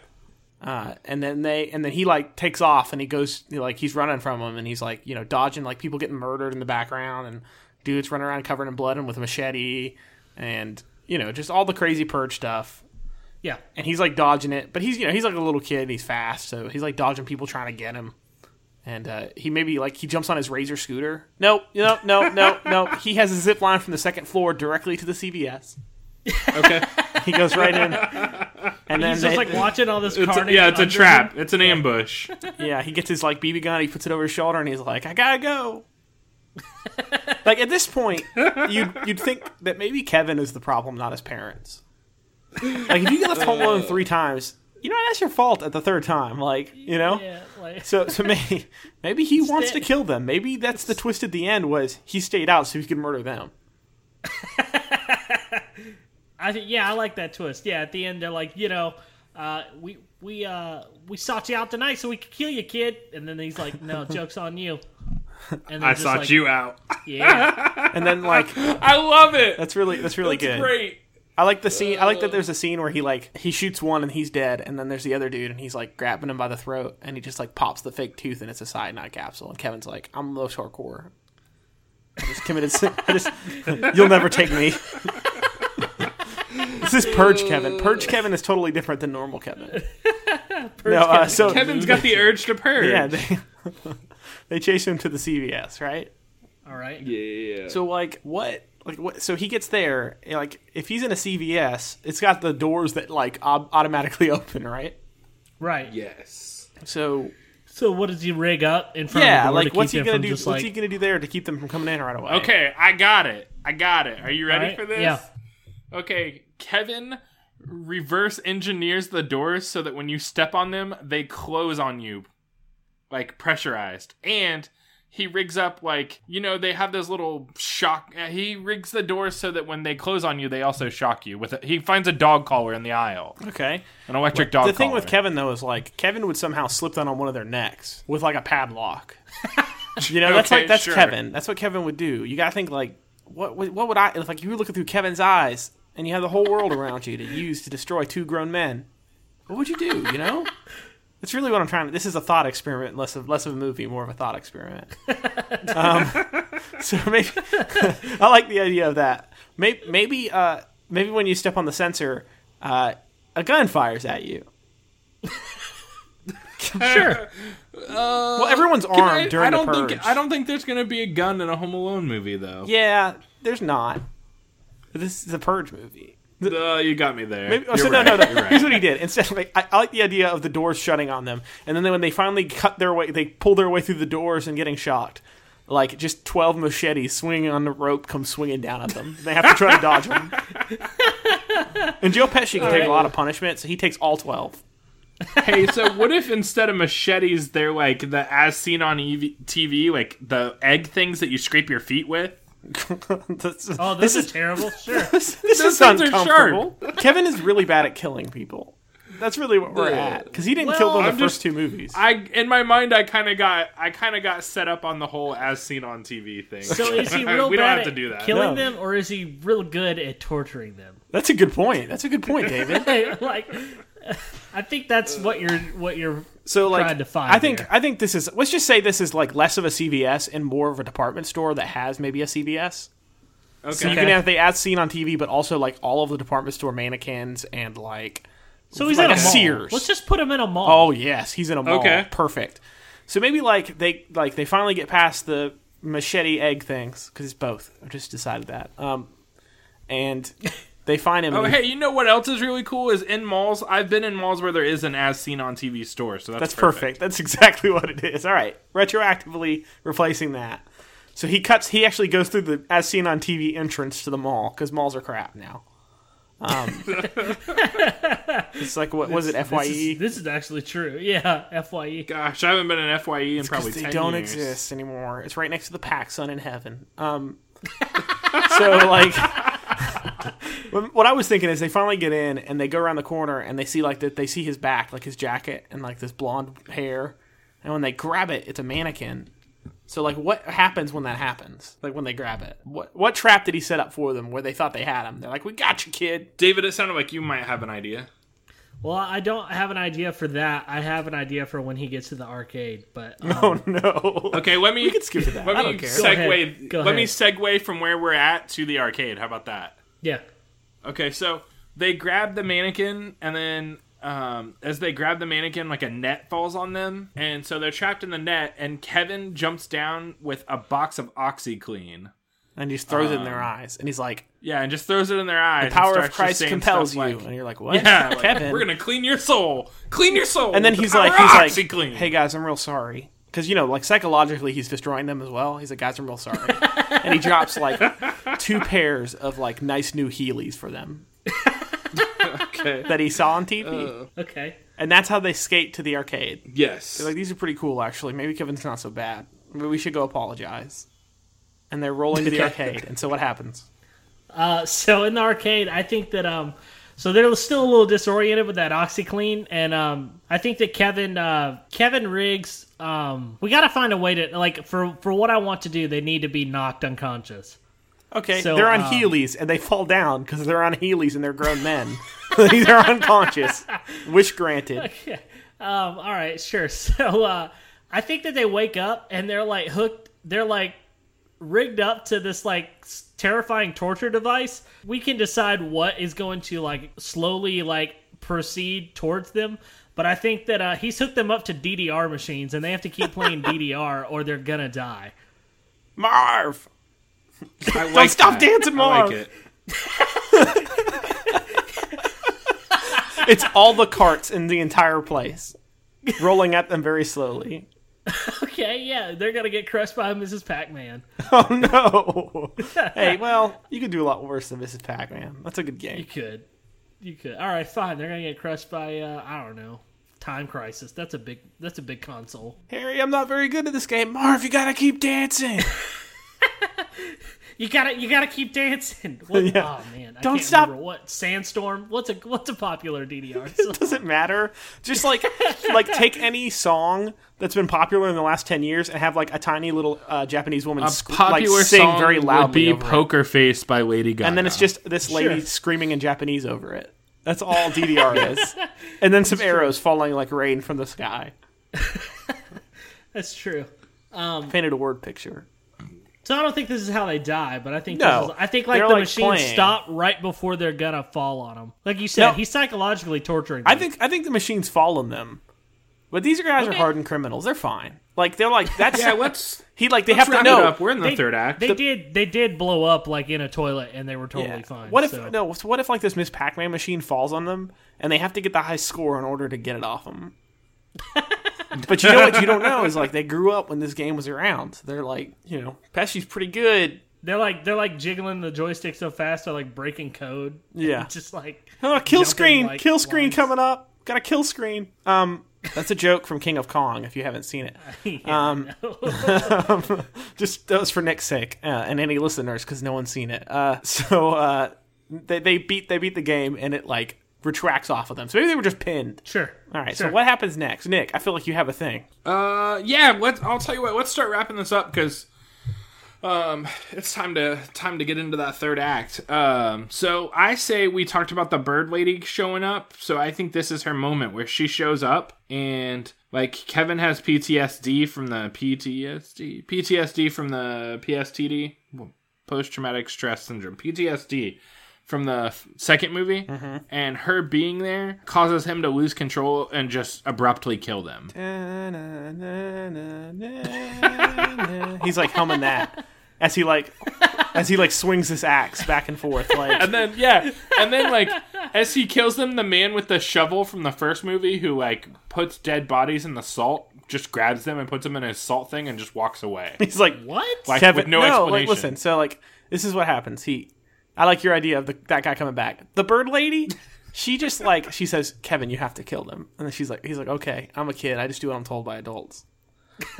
[SPEAKER 1] Uh, and then they and then he like takes off and he goes you know, like he's running from him and he's like you know dodging like people getting murdered in the background and dudes running around covered in blood and with a machete and you know just all the crazy purge stuff
[SPEAKER 2] Yeah.
[SPEAKER 1] and he's like dodging it but he's you know he's like a little kid and he's fast so he's like dodging people trying to get him and uh, he maybe like he jumps on his razor scooter nope *laughs* no no no no he has a zip line from the second floor directly to the CVS
[SPEAKER 3] Okay.
[SPEAKER 1] he goes right
[SPEAKER 2] *laughs*
[SPEAKER 1] in and then
[SPEAKER 2] He's
[SPEAKER 1] they-
[SPEAKER 2] just like watching all this
[SPEAKER 3] It's a,
[SPEAKER 2] carnage.
[SPEAKER 3] yeah, it's a
[SPEAKER 2] under
[SPEAKER 3] trap.
[SPEAKER 2] him.
[SPEAKER 3] It's an ambush.
[SPEAKER 1] *laughs* Yeah, he gets his like BB gun, he puts it over his shoulder, and he's like, "I gotta go." *laughs* like at this point, you'd you'd think that maybe Kevin is the problem, not his parents. Like if you get left home alone three times, you know that's your fault at the third time. Like you know,
[SPEAKER 2] Yeah, like,
[SPEAKER 1] so so maybe maybe he wants to
[SPEAKER 2] dead.
[SPEAKER 1] kill them. Maybe that's the twist at the end was he stayed out so he could murder them.
[SPEAKER 2] I think yeah, I like that twist. Yeah, at the end they're like, you know, uh, we we uh, we sought you out tonight so we could kill you, kid. And then he's like,
[SPEAKER 1] *laughs*
[SPEAKER 2] no, joke's on you. And
[SPEAKER 3] I
[SPEAKER 2] they're just
[SPEAKER 3] sought
[SPEAKER 2] like,
[SPEAKER 3] you out. *laughs*
[SPEAKER 2] Yeah,
[SPEAKER 1] And then like
[SPEAKER 3] I love it. That's,
[SPEAKER 1] that's really that's really good.
[SPEAKER 3] great.
[SPEAKER 1] I like the scene. I like that there's a scene where he like he shoots one and he's dead, and then there's the other dude and he's like grabbing him by the throat, and he just like pops the fake tooth, and it's a cyanide capsule. And Kevin's like, "I'm the most hardcore. I just committed. sin- I just, you'll never take me." this is purge Kevin. Purge Kevin is totally different than normal Kevin. no, uh, so
[SPEAKER 3] Kevin's got the urge to purge.
[SPEAKER 1] yeah, they, *laughs* they chase him to the CVS, right?
[SPEAKER 2] all right.
[SPEAKER 3] yeah.
[SPEAKER 1] So like what? Like what? So he gets there. and, Like if he's in a CVS, it's got the doors that like ob- automatically *laughs* open, right?
[SPEAKER 2] right.
[SPEAKER 3] Yes.
[SPEAKER 1] So
[SPEAKER 2] So what does he rig up in front
[SPEAKER 1] yeah,
[SPEAKER 2] of Um, the door to
[SPEAKER 1] like
[SPEAKER 2] keep
[SPEAKER 1] what's he
[SPEAKER 2] him
[SPEAKER 1] gonna
[SPEAKER 2] from
[SPEAKER 1] do? What's
[SPEAKER 2] just like
[SPEAKER 1] he gonna do there to keep them from coming in right away?
[SPEAKER 3] Okay, I got it. I got it. Are you ready
[SPEAKER 2] Alright,
[SPEAKER 3] for this?
[SPEAKER 2] yeah.
[SPEAKER 3] Okay, Kevin reverse engineers the doors so that when you step on them, they close on you, like pressurized. And he rigs up like you know they have those little shock. uh, He rigs the doors so that when they close on you, they also shock you. With a, he finds a dog collar in the aisle,
[SPEAKER 1] Okay.
[SPEAKER 3] an electric dog.
[SPEAKER 1] The thing
[SPEAKER 3] collar.
[SPEAKER 1] with Kevin though is like Kevin would somehow slip that on one of their necks with like a
[SPEAKER 3] *laughs*
[SPEAKER 1] padlock. you know, that's
[SPEAKER 3] Okay,
[SPEAKER 1] like that's
[SPEAKER 3] sure.
[SPEAKER 1] Kevin. That's what Kevin would do. You gotta think like what would- what would I if like you were looking through Kevin's eyes and you had the whole world around you to use to destroy two grown men. What would you do? You
[SPEAKER 3] *laughs*
[SPEAKER 1] know. That's really what I'm trying to. This is a thought experiment, less of less of a movie, more of a thought experiment. *laughs* So maybe I like the idea of that. Maybe maybe uh, maybe when you step on the sensor, uh, a gun fires at you.
[SPEAKER 2] Sure.
[SPEAKER 1] Well, everyone's armed
[SPEAKER 3] Uh, Can I,
[SPEAKER 1] during
[SPEAKER 3] I don't
[SPEAKER 1] the purge.
[SPEAKER 3] think I don't think there's gonna be a gun in a Home Alone movie though.
[SPEAKER 1] Yeah, there's not. This is a purge movie.
[SPEAKER 3] Uh, you got me there.
[SPEAKER 1] Maybe, oh,
[SPEAKER 3] You're
[SPEAKER 1] so
[SPEAKER 3] right,
[SPEAKER 1] no, no,
[SPEAKER 3] you're
[SPEAKER 1] no.
[SPEAKER 3] right.
[SPEAKER 1] Here's what he did. Instead, of, like I, I like the idea of the doors shutting on them, and then when they finally cut their way, they pull their way through the doors and getting shocked. Like just twelve machetes swinging on the rope, come swinging down at them. They have to try to dodge
[SPEAKER 3] *laughs*
[SPEAKER 1] them. And Joe Pesci can take
[SPEAKER 2] right.
[SPEAKER 1] a lot of punishment, so he takes all twelve. *laughs*
[SPEAKER 3] Hey, so what if instead of machetes, they're like the as seen on E EV- TV, like the egg things that you scrape your feet with?
[SPEAKER 1] this,
[SPEAKER 2] Oh,
[SPEAKER 1] this
[SPEAKER 2] this,
[SPEAKER 1] is *laughs*
[SPEAKER 2] is terrible. Sure.
[SPEAKER 1] this, this is
[SPEAKER 3] things are
[SPEAKER 1] uncomfortable. Kevin is really bad at killing people. That's really what we're
[SPEAKER 3] Yeah.
[SPEAKER 1] at because he didn't
[SPEAKER 2] Well,
[SPEAKER 1] kill them the
[SPEAKER 3] I'm
[SPEAKER 1] first
[SPEAKER 3] just-
[SPEAKER 1] two movies.
[SPEAKER 3] I in my mind, I kind of got, I kind of got set up on the whole as seen on TV thing.
[SPEAKER 2] So is he real
[SPEAKER 3] *laughs* we don't
[SPEAKER 2] bad
[SPEAKER 3] have to
[SPEAKER 2] at
[SPEAKER 3] do that.
[SPEAKER 1] No.
[SPEAKER 2] killing them, or is he real good at torturing them? *laughs*
[SPEAKER 1] That's a good point. That's a good point,
[SPEAKER 3] *laughs*
[SPEAKER 1] David.
[SPEAKER 2] like, I think that's what you're what you're
[SPEAKER 1] So like,
[SPEAKER 2] Tried to find
[SPEAKER 1] I think
[SPEAKER 2] there.
[SPEAKER 1] I think this is. Let's just say this is like less of a CVS and more of a department store that has maybe a CVS.
[SPEAKER 3] Okay.
[SPEAKER 1] So you can have the ad seen on TV, but also like all of the department store mannequins and like.
[SPEAKER 2] So he's
[SPEAKER 1] Like
[SPEAKER 2] at a
[SPEAKER 1] a
[SPEAKER 2] mall.
[SPEAKER 1] Sears.
[SPEAKER 2] Let's just put him in a mall.
[SPEAKER 1] Oh yes, he's in a mall.
[SPEAKER 3] Okay.
[SPEAKER 1] perfect. So maybe like they like they finally get past the machete egg things because it's both. I just decided that. Um, and they find
[SPEAKER 2] *laughs*
[SPEAKER 1] him.
[SPEAKER 3] Oh,
[SPEAKER 1] and
[SPEAKER 3] hey, you know what else is really cool is in malls. I've been in malls where there is an as seen on TV store, so that's,
[SPEAKER 1] That's perfect. That's exactly what it is. All right, retroactively replacing that. So he cuts. He actually goes through the as seen on TV entrance to the mall because malls are crap now. Um, *laughs* it's like what was it? E? Fye.
[SPEAKER 2] This is, this is actually true. Yeah, E. Fye.
[SPEAKER 3] Gosh, I haven't been in Fye in probably
[SPEAKER 1] because they
[SPEAKER 3] 10
[SPEAKER 1] don't
[SPEAKER 3] years.
[SPEAKER 1] exist anymore. It's right next to the pack sun in heaven. Um, *laughs* so like, *laughs* what- what I was thinking is they finally get in and they go around the corner and they see like that they see his back, like his jacket and like this blonde hair, and when they grab it, it's a mannequin. So like, what happens when that happens? Like when they grab it, what what trap did he set up for them where they thought they had him? They're like, we got you, kid. *laughs*
[SPEAKER 3] David, it sounded like you might have an idea.
[SPEAKER 2] Well, I don't have an idea for that. I have an idea for when he gets to the arcade, but um,
[SPEAKER 1] Oh no.
[SPEAKER 3] Okay, let me. We
[SPEAKER 1] can skip to that.
[SPEAKER 3] Let
[SPEAKER 1] I
[SPEAKER 3] me
[SPEAKER 1] don't care.
[SPEAKER 2] Go ahead.
[SPEAKER 3] segue.
[SPEAKER 2] Go
[SPEAKER 3] let me
[SPEAKER 2] ahead.
[SPEAKER 3] segue from where we're at to the arcade. How about that?
[SPEAKER 2] yeah,
[SPEAKER 3] Okay, so they grab the mannequin, and then um, as they grab the mannequin, like a net falls on them, and so they're trapped in the net. And Kevin jumps down with a box of OxyClean.
[SPEAKER 1] And he just throws it in their eyes, and he's like,
[SPEAKER 3] Yeah, and just throws it in their eyes. Um, and
[SPEAKER 1] "Power
[SPEAKER 3] starts
[SPEAKER 1] of
[SPEAKER 3] just
[SPEAKER 1] Christ
[SPEAKER 3] saying
[SPEAKER 1] compels you,"
[SPEAKER 3] stuff like-
[SPEAKER 1] and you're like, "What,
[SPEAKER 3] *laughs* yeah, like,
[SPEAKER 1] Kevin?"
[SPEAKER 3] we're gonna clean your soul, clean your soul.
[SPEAKER 1] And then
[SPEAKER 3] with
[SPEAKER 1] he's
[SPEAKER 3] the
[SPEAKER 1] like,
[SPEAKER 3] power
[SPEAKER 1] he's
[SPEAKER 3] of
[SPEAKER 1] like,
[SPEAKER 3] OxyClean.
[SPEAKER 1] hey guys, I'm real sorry. Because you know, like psychologically, he's destroying them as well. He's like, guys, I'm real *laughs* sorry, and he drops like two pairs of like nice new Heelys for them
[SPEAKER 3] okay.
[SPEAKER 1] that he saw on TV,
[SPEAKER 2] okay.
[SPEAKER 1] and that's how they skate to the arcade.
[SPEAKER 3] *laughs* yes.
[SPEAKER 1] Like these are pretty cool, actually. Maybe Kevin's not so bad. Maybe we should go apologize. And they're rolling to the arcade, and so what happens?
[SPEAKER 2] Uh, so in the arcade, I think that um, so they're still a little disoriented with that OxyClean, and um, I think that Kevin uh, Kevin Riggs, um, we got to find a way to like for for what I want to do, they need to be knocked unconscious.
[SPEAKER 1] Okay,
[SPEAKER 2] So,
[SPEAKER 1] they're on
[SPEAKER 2] um,
[SPEAKER 1] Heelys, and they fall down because they're on Heelys and they're grown *laughs* men. they're *laughs* unconscious. Wish granted.
[SPEAKER 2] Um, all right, sure. *laughs* So uh, I think that they wake up and they're like hooked. They're like rigged up to this like s- terrifying torture device. We can decide what is going to like slowly like proceed towards them. But I think that uh, he's hooked them up to DDR machines and they have to keep *laughs* playing DDR or they're gonna die.
[SPEAKER 1] Marv!
[SPEAKER 3] I like
[SPEAKER 1] stop
[SPEAKER 3] that.
[SPEAKER 1] dancing,
[SPEAKER 3] I
[SPEAKER 1] Marv.
[SPEAKER 3] like it.
[SPEAKER 1] It's all the carts in the entire place, rolling at them very slowly.
[SPEAKER 2] Okay, yeah, they're gonna get crushed by Mrs. Pac-Man.
[SPEAKER 1] *laughs* Oh no! hey, well, you could do a lot worse than Mrs. Pac-Man. That's a good
[SPEAKER 2] You
[SPEAKER 1] game.
[SPEAKER 2] could, you could. All right, fine. They're gonna get crushed by uh, I don't know Time Crisis. That's a big. That's a big console.
[SPEAKER 1] Harry, I'm not very good at this game. Marv, you gotta keep *laughs* dancing.
[SPEAKER 2] You gotta. You gotta
[SPEAKER 1] *laughs*
[SPEAKER 2] keep dancing. What,
[SPEAKER 1] Yeah.
[SPEAKER 2] Oh man! I
[SPEAKER 1] Don't
[SPEAKER 2] can't
[SPEAKER 1] stop.
[SPEAKER 2] remember what Sandstorm? What's a What's a popular
[SPEAKER 1] *laughs*
[SPEAKER 2] DDR? song?
[SPEAKER 1] Doesn't matter. Just like like take any song that's been popular in the last ten years and have like a tiny little uh, Japanese woman
[SPEAKER 3] A
[SPEAKER 1] sc- like
[SPEAKER 3] popular
[SPEAKER 1] sing
[SPEAKER 3] song
[SPEAKER 1] very loudly
[SPEAKER 3] would
[SPEAKER 1] over it.
[SPEAKER 3] be "Poker Face" by Lady Gaga,
[SPEAKER 1] and then it's just this lady
[SPEAKER 2] Sure.
[SPEAKER 1] screaming in Japanese over it. That's all DDR *laughs* is. And then some arrows falling like rain from the sky.
[SPEAKER 2] *laughs* That's true.
[SPEAKER 1] Painted a word picture.
[SPEAKER 2] So I don't think this is how they die, but I think
[SPEAKER 1] No.
[SPEAKER 2] this is, I think like
[SPEAKER 1] They're,
[SPEAKER 2] the
[SPEAKER 1] like,
[SPEAKER 2] machines
[SPEAKER 1] playing.
[SPEAKER 2] stop right before they're gonna fall on him. Like you said,
[SPEAKER 1] No.
[SPEAKER 2] he's psychologically torturing.
[SPEAKER 1] I
[SPEAKER 2] them.
[SPEAKER 1] think I think the machines follow them, but these guys are hardened criminals. They're fine. Like they're like that's
[SPEAKER 3] yeah. Let's
[SPEAKER 1] he like they
[SPEAKER 3] let's
[SPEAKER 1] have to
[SPEAKER 3] wrap
[SPEAKER 1] know.
[SPEAKER 3] it up. We're in the
[SPEAKER 2] they,
[SPEAKER 3] third act.
[SPEAKER 2] They did. They did blow up like in a toilet, and they were totally
[SPEAKER 1] Yeah.
[SPEAKER 2] fine.
[SPEAKER 1] What if
[SPEAKER 2] so.
[SPEAKER 1] no? so What if like this Miss Pac-Man machine falls on them and they have to get the high score in order to get it off
[SPEAKER 2] *laughs*
[SPEAKER 1] them? but you know what you don't know is like they grew up when this game was around. They're like you know Pesci's pretty good.
[SPEAKER 2] They're like they're like jiggling the joystick so fast, they're like breaking code.
[SPEAKER 1] Yeah.
[SPEAKER 2] *laughs* just like
[SPEAKER 1] Oh, kill
[SPEAKER 2] Jumping
[SPEAKER 1] screen,
[SPEAKER 2] like
[SPEAKER 1] kill screen
[SPEAKER 2] lines.
[SPEAKER 1] coming up. Got a kill screen. Um, that's a joke from King of Kong. If you haven't seen it, Uh,
[SPEAKER 2] um,
[SPEAKER 1] just that was for Nick's sake uh, and any listeners because no one's seen it. Uh, *laughs* so uh, they they beat they beat the game and it like retracts off of them. So maybe they were just pinned.
[SPEAKER 2] sure.
[SPEAKER 1] All right.
[SPEAKER 2] Sure.
[SPEAKER 1] So what happens next, Nick? I feel like you have a thing.
[SPEAKER 3] Uh, yeah. Let I'll tell you what. Let's start wrapping this up because um, it's time to time to get into that third act. Um, so I say we talked about the bird lady showing up. So I think this is her moment where she shows up and like Kevin has PTSD from the PTSD PTSD from the PSTD post traumatic stress syndrome PTSD from the f- second movie and her being there causes him to lose control and just abruptly kill them.
[SPEAKER 1] He's like humming that as he like as he like swings his axe back and forth. Like
[SPEAKER 3] *laughs* And then yeah, and then like as he kills them, the man with the shovel from the first movie who like puts dead bodies in the salt just grabs them and puts them in his salt thing and just walks away.
[SPEAKER 1] he's like
[SPEAKER 2] What?
[SPEAKER 3] Like
[SPEAKER 1] Kevin,
[SPEAKER 3] with no,
[SPEAKER 1] Like,
[SPEAKER 3] explanation.
[SPEAKER 1] listen, so like this is what happens. He, I like your idea of the, that guy coming back. The bird
[SPEAKER 3] *laughs*
[SPEAKER 1] lady, she just like she says, Kevin, you have to kill them, and then she's like, he's like, okay, I'm a kid, I just do what I'm told by adults.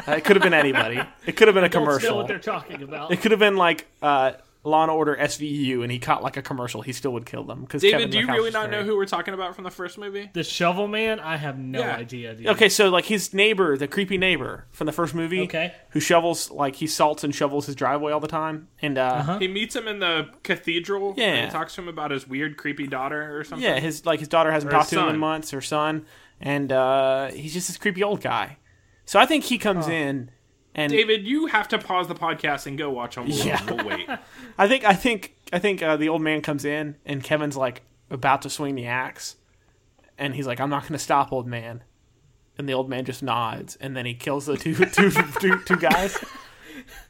[SPEAKER 1] Uh, it could have been anybody. It could have been a
[SPEAKER 2] Adults know
[SPEAKER 1] commercial.
[SPEAKER 2] what they're
[SPEAKER 1] *laughs*
[SPEAKER 2] talking about.
[SPEAKER 1] It could have been like uh, Law and Order SVU, and he caught like a commercial. He still would kill them because
[SPEAKER 3] *laughs* David, do you really not know who we're talking about from the first movie?
[SPEAKER 2] the shovel man. I have no
[SPEAKER 3] Yeah.
[SPEAKER 2] idea. Dude.
[SPEAKER 1] *laughs* Okay, so like his neighbor, the creepy neighbor from the first movie,
[SPEAKER 2] Okay.
[SPEAKER 1] who shovels like he salts and shovels his driveway all the time, and uh,
[SPEAKER 3] He meets him in the cathedral.
[SPEAKER 1] Yeah.
[SPEAKER 3] and he talks to him about his weird, creepy daughter or something.
[SPEAKER 1] Yeah, his like his daughter hasn't
[SPEAKER 3] Or his
[SPEAKER 1] talked to him in
[SPEAKER 3] son.
[SPEAKER 1] months, her son, and uh, he's just this creepy old guy. So I think he comes in, and
[SPEAKER 3] David, you have to pause the podcast and go watch Home Alone.
[SPEAKER 1] Yeah.
[SPEAKER 3] We'll wait.
[SPEAKER 1] *laughs* I think I think I think uh, the old man comes in, and Kevin's like about to swing the axe, and he's like, "I'm not going to stop, old man." And the old man just nods, and then he kills the two two two, two guys.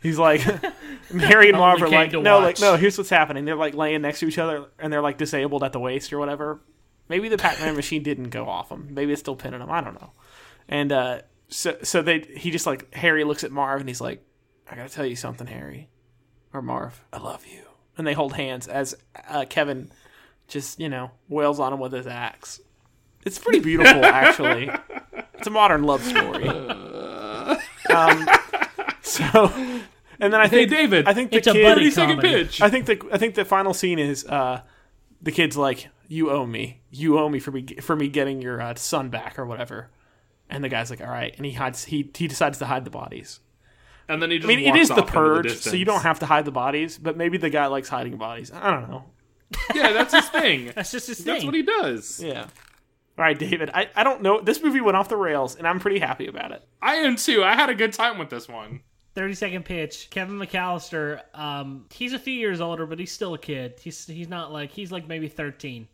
[SPEAKER 1] He's like, *laughs* Harry and Marv are
[SPEAKER 2] Oh, came
[SPEAKER 1] like,
[SPEAKER 2] to
[SPEAKER 1] no, like
[SPEAKER 2] watch."
[SPEAKER 1] no. Here's what's happening. They're like laying next to each other, and they're like disabled at the waist or whatever. Maybe the Pac-Man machine didn't go off them. Maybe it's still pinning them. I don't know. And uh, so so they he just like Harry looks at Marv and he's like, I gotta tell you something, Harry, or Marv, I love you. And they hold hands as uh, Kevin just you know wails on him with his axe. It's pretty beautiful, actually. It's a modern love story. Um, so, and then I
[SPEAKER 3] hey,
[SPEAKER 1] think
[SPEAKER 3] David,
[SPEAKER 1] I think the
[SPEAKER 2] It's a
[SPEAKER 1] kid,
[SPEAKER 2] buddy
[SPEAKER 3] take a
[SPEAKER 2] comedy.
[SPEAKER 3] pitch.
[SPEAKER 1] I think the I think the final scene is uh, the kid's like, "You owe me. You owe me for me for me getting your uh, son back or whatever." And the guy's like, "All right," and he hides. He he decides to hide the bodies.
[SPEAKER 3] and then he just
[SPEAKER 1] I mean, it
[SPEAKER 3] walks
[SPEAKER 1] is the
[SPEAKER 3] off into
[SPEAKER 1] purge, so you
[SPEAKER 3] distance.
[SPEAKER 1] don't have to hide the bodies. But maybe the guy likes hiding bodies. I don't know.
[SPEAKER 3] Yeah, that's his
[SPEAKER 1] *laughs*
[SPEAKER 3] thing.
[SPEAKER 2] that's just his thing.
[SPEAKER 3] That's what he does.
[SPEAKER 1] Yeah. All right, David. I, I don't know. This movie went off the rails, and I'm pretty happy about it.
[SPEAKER 3] I am too. I had a good time with this one.
[SPEAKER 2] 30 second pitch. Kevin McAllister, um, he's a few years older, but he's still a kid. He's he's not like he's like maybe 13.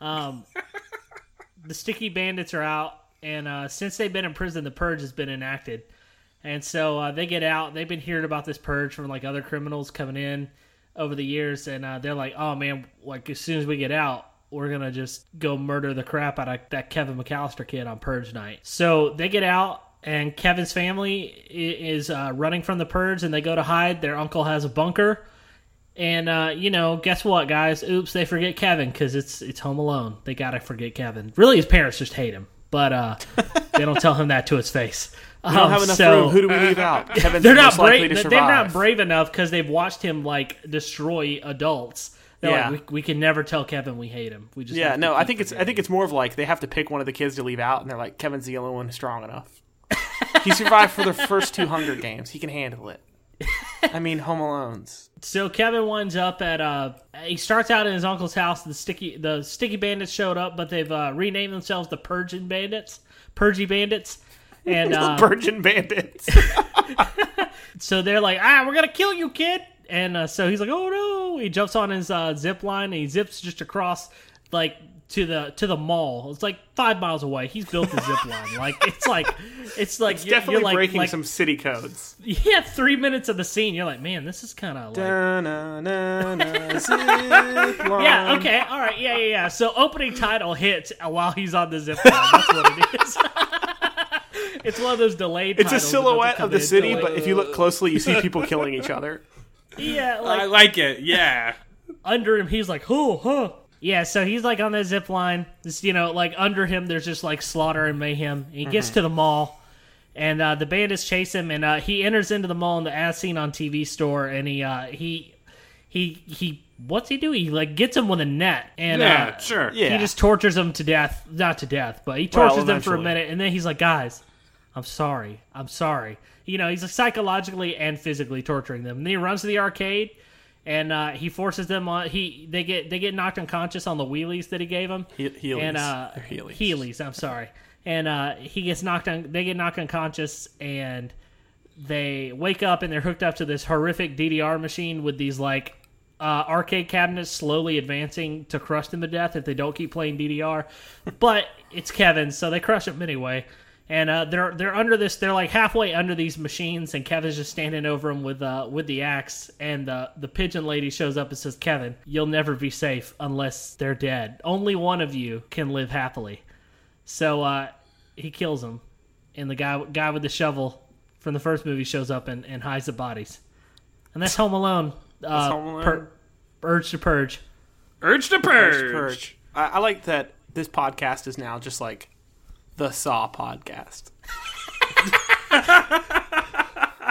[SPEAKER 3] *laughs*
[SPEAKER 2] Um, the Sticky Bandits are out, and uh, since they've been in prison, the purge has been enacted, and so uh, they get out. They've been hearing about this purge from like other criminals coming in over the years, and uh, they're like, "Oh man, like as soon as we get out." We're gonna just go murder the crap out of that Kevin McAllister kid on Purge night. So they get out, and Kevin's family i- is uh, running from the Purge, and they go to hide. Their uncle has a bunker, and uh, you know, guess what, guys? Oops, they forget Kevin because it's it's Home Alone. They gotta forget Kevin. Really, his parents just hate him. but uh, they don't tell him that to his face. Um,
[SPEAKER 1] We don't have enough room. Who do we leave
[SPEAKER 2] *laughs*
[SPEAKER 1] out? Kevin's
[SPEAKER 2] they're not
[SPEAKER 1] most likely
[SPEAKER 2] brave.
[SPEAKER 1] to
[SPEAKER 2] They're
[SPEAKER 1] survive.
[SPEAKER 2] not brave enough because they've watched him like destroy adults. They're
[SPEAKER 1] Yeah.
[SPEAKER 2] like, we, we can never tell Kevin we hate him. We just
[SPEAKER 1] Yeah,
[SPEAKER 2] have to
[SPEAKER 1] no, I
[SPEAKER 2] keep
[SPEAKER 1] think it's I
[SPEAKER 2] forgetting."
[SPEAKER 1] think it's more of like they have to pick one of the kids to leave out, and they're like, Kevin's the only one strong
[SPEAKER 2] *laughs*
[SPEAKER 1] enough. he survived for the first two Hunger Games. He can handle it. I mean, Home Alone's.
[SPEAKER 2] so. Kevin winds up at uh, he starts out in his uncle's house. The sticky the sticky bandits showed up, but they've uh, renamed themselves the Purging Bandits, Purgy Bandits,
[SPEAKER 1] *laughs*
[SPEAKER 2] and uh,
[SPEAKER 1] Virgin
[SPEAKER 2] *laughs*
[SPEAKER 1] Bandits.
[SPEAKER 2] so they're like, ah, we're gonna kill you, kid. And uh, so he's like, oh no! He jumps on his uh, zip line and he zips just across, like to the to the mall. It's like five miles away. He's built the
[SPEAKER 1] *laughs*
[SPEAKER 2] zip line. Like it's like it's like you're,
[SPEAKER 1] Definitely
[SPEAKER 2] you're like,
[SPEAKER 1] breaking
[SPEAKER 2] like,
[SPEAKER 1] some city codes.
[SPEAKER 2] *laughs* Yeah, three minutes of the scene, you're like, man, this is kind of like yeah,
[SPEAKER 1] *laughs* yeah,
[SPEAKER 2] okay, all right, yeah, yeah, yeah. So opening title hits while he's on the zip line. That's what it is. *laughs* it's one of those delayed.
[SPEAKER 1] It's a
[SPEAKER 2] titles that
[SPEAKER 1] silhouette
[SPEAKER 2] doesn't
[SPEAKER 1] of the
[SPEAKER 2] come in
[SPEAKER 1] city,
[SPEAKER 2] till, like-
[SPEAKER 1] but if you look closely, you see people killing each other.
[SPEAKER 2] yeah, like
[SPEAKER 3] I like it. Yeah.
[SPEAKER 2] under him, he's like, who, huh? Yeah, so he's like on the zip line. This, you know, like under him, there's just like slaughter and mayhem. He gets to the mall, and uh, the bandits chase him, and uh, he enters into the mall in the as seen on TV store, and he, uh, he, he, he, what's he do? He like gets him with a net, and
[SPEAKER 3] Yeah.
[SPEAKER 2] uh,
[SPEAKER 3] Sure.
[SPEAKER 1] Yeah.
[SPEAKER 2] he just tortures them to death. Not to death, but he tortures them for a
[SPEAKER 1] eventually.
[SPEAKER 2] minute, and then he's like, guys, I'm sorry. I'm sorry. You know, he's psychologically and physically torturing them. And then he runs to the arcade and uh, he forces them on he they get they get knocked unconscious on the wheelies that he gave them.
[SPEAKER 1] He- Heelys.
[SPEAKER 2] And uh
[SPEAKER 1] They're Heelys.
[SPEAKER 2] I'm sorry. And uh, he gets knocked on they get knocked unconscious and they wake up and they're hooked up to this horrific DDR machine with these like uh, arcade cabinets slowly advancing to crush them to death if they don't keep playing DDR. But it's Kevin, so they crush him anyway. And uh, they're they're under this. They're like halfway under these machines, and Kevin's just standing over him with uh, with the axe. And the the pigeon lady shows up and says, "Kevin, you'll never be safe unless they're dead. Only one of you can live happily." So uh, he kills him, and the guy guy with the shovel from the first movie shows up and, and hides the bodies. And that's Home Alone. Uh,
[SPEAKER 1] Home Alone.
[SPEAKER 2] Urge to Purge.
[SPEAKER 3] Urge to purge.
[SPEAKER 1] Purge. I, I like that this podcast is now just like the Saw podcast.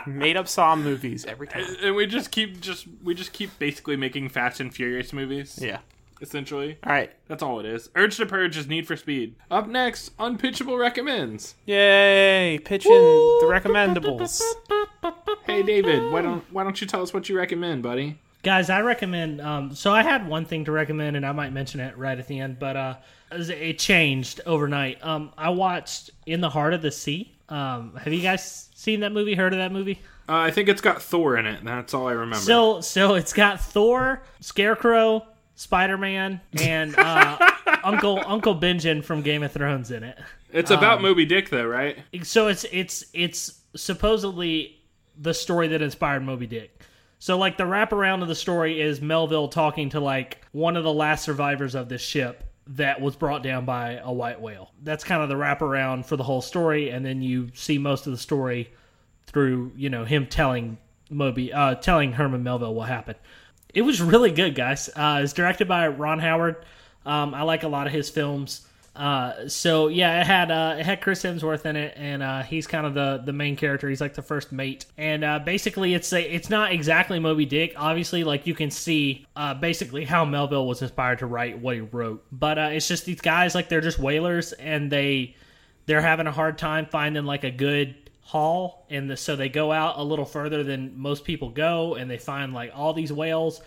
[SPEAKER 1] Made up Saw movies every time.
[SPEAKER 3] And we just keep just we just keep basically making Fast and Furious movies.
[SPEAKER 1] Yeah.
[SPEAKER 3] Essentially.
[SPEAKER 1] All right.
[SPEAKER 3] That's all it is. Urge to purge is Need for Speed. Up next, Unpitchable recommends.
[SPEAKER 5] Yay! Pitching the recommendables.
[SPEAKER 3] Hey David, why don't why don't you tell us what you recommend, buddy?
[SPEAKER 2] Guys, I recommend. Um, so I had one thing to recommend, and I might mention it right at the end, but uh, it changed overnight. Um, I watched In the Heart of the Sea. Um, have you guys seen that movie? Heard of that movie?
[SPEAKER 3] Uh, I think it's got Thor in it. That's all I remember.
[SPEAKER 2] So, so it's got Thor, Scarecrow, Spider Man, and uh, Uncle Uncle Benjen from Game of Thrones in it.
[SPEAKER 3] it's about Moby Dick, though, right?
[SPEAKER 2] so it's it's it's supposedly the story that inspired Moby Dick. So like the wraparound of the story is Melville talking to like one of the last survivors of this ship that was brought down by a white whale. That's kind of the wraparound for the whole story, and then you see most of the story through you know him telling Moby uh, telling Herman Melville what happened. It was really good, guys. Uh, it's directed by Ron Howard. Um, I like a lot of his films. Uh, so yeah, it had uh, it had Chris Hemsworth in it, and uh, he's kind of the the main character. He's like the first mate, and uh, basically it's a, it's not exactly Moby Dick. Obviously, like you can see uh, basically how Melville was inspired to write what he wrote, but uh, it's just these guys like they're just whalers, and they they're having a hard time finding like a good haul and the, so they go out a little further than most people go and they find like all these whales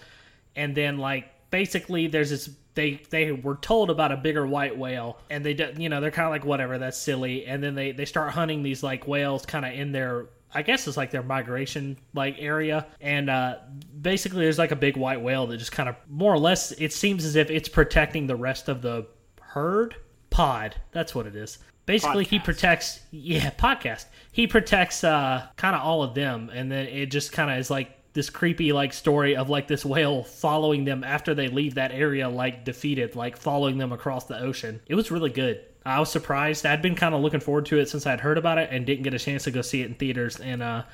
[SPEAKER 2] and then like basically there's this they they were told about a bigger white whale and they don't- you know they're kind of like whatever that's silly and then they they start hunting these like whales kind of in their I guess it's like their migration like area and uh basically there's like a big white whale that just kind of more or less it seems as if it's protecting the rest of the herd pod that's what it is basically he protects yeah podcast he protects uh kind of all of them and then it just kind of is like this creepy like story of like this whale following them after they leave that area like defeated like following them across the ocean it was really good i was surprised i'd been kind of looking forward to it since i'd heard about it and didn't get a chance to go see it in theaters and uh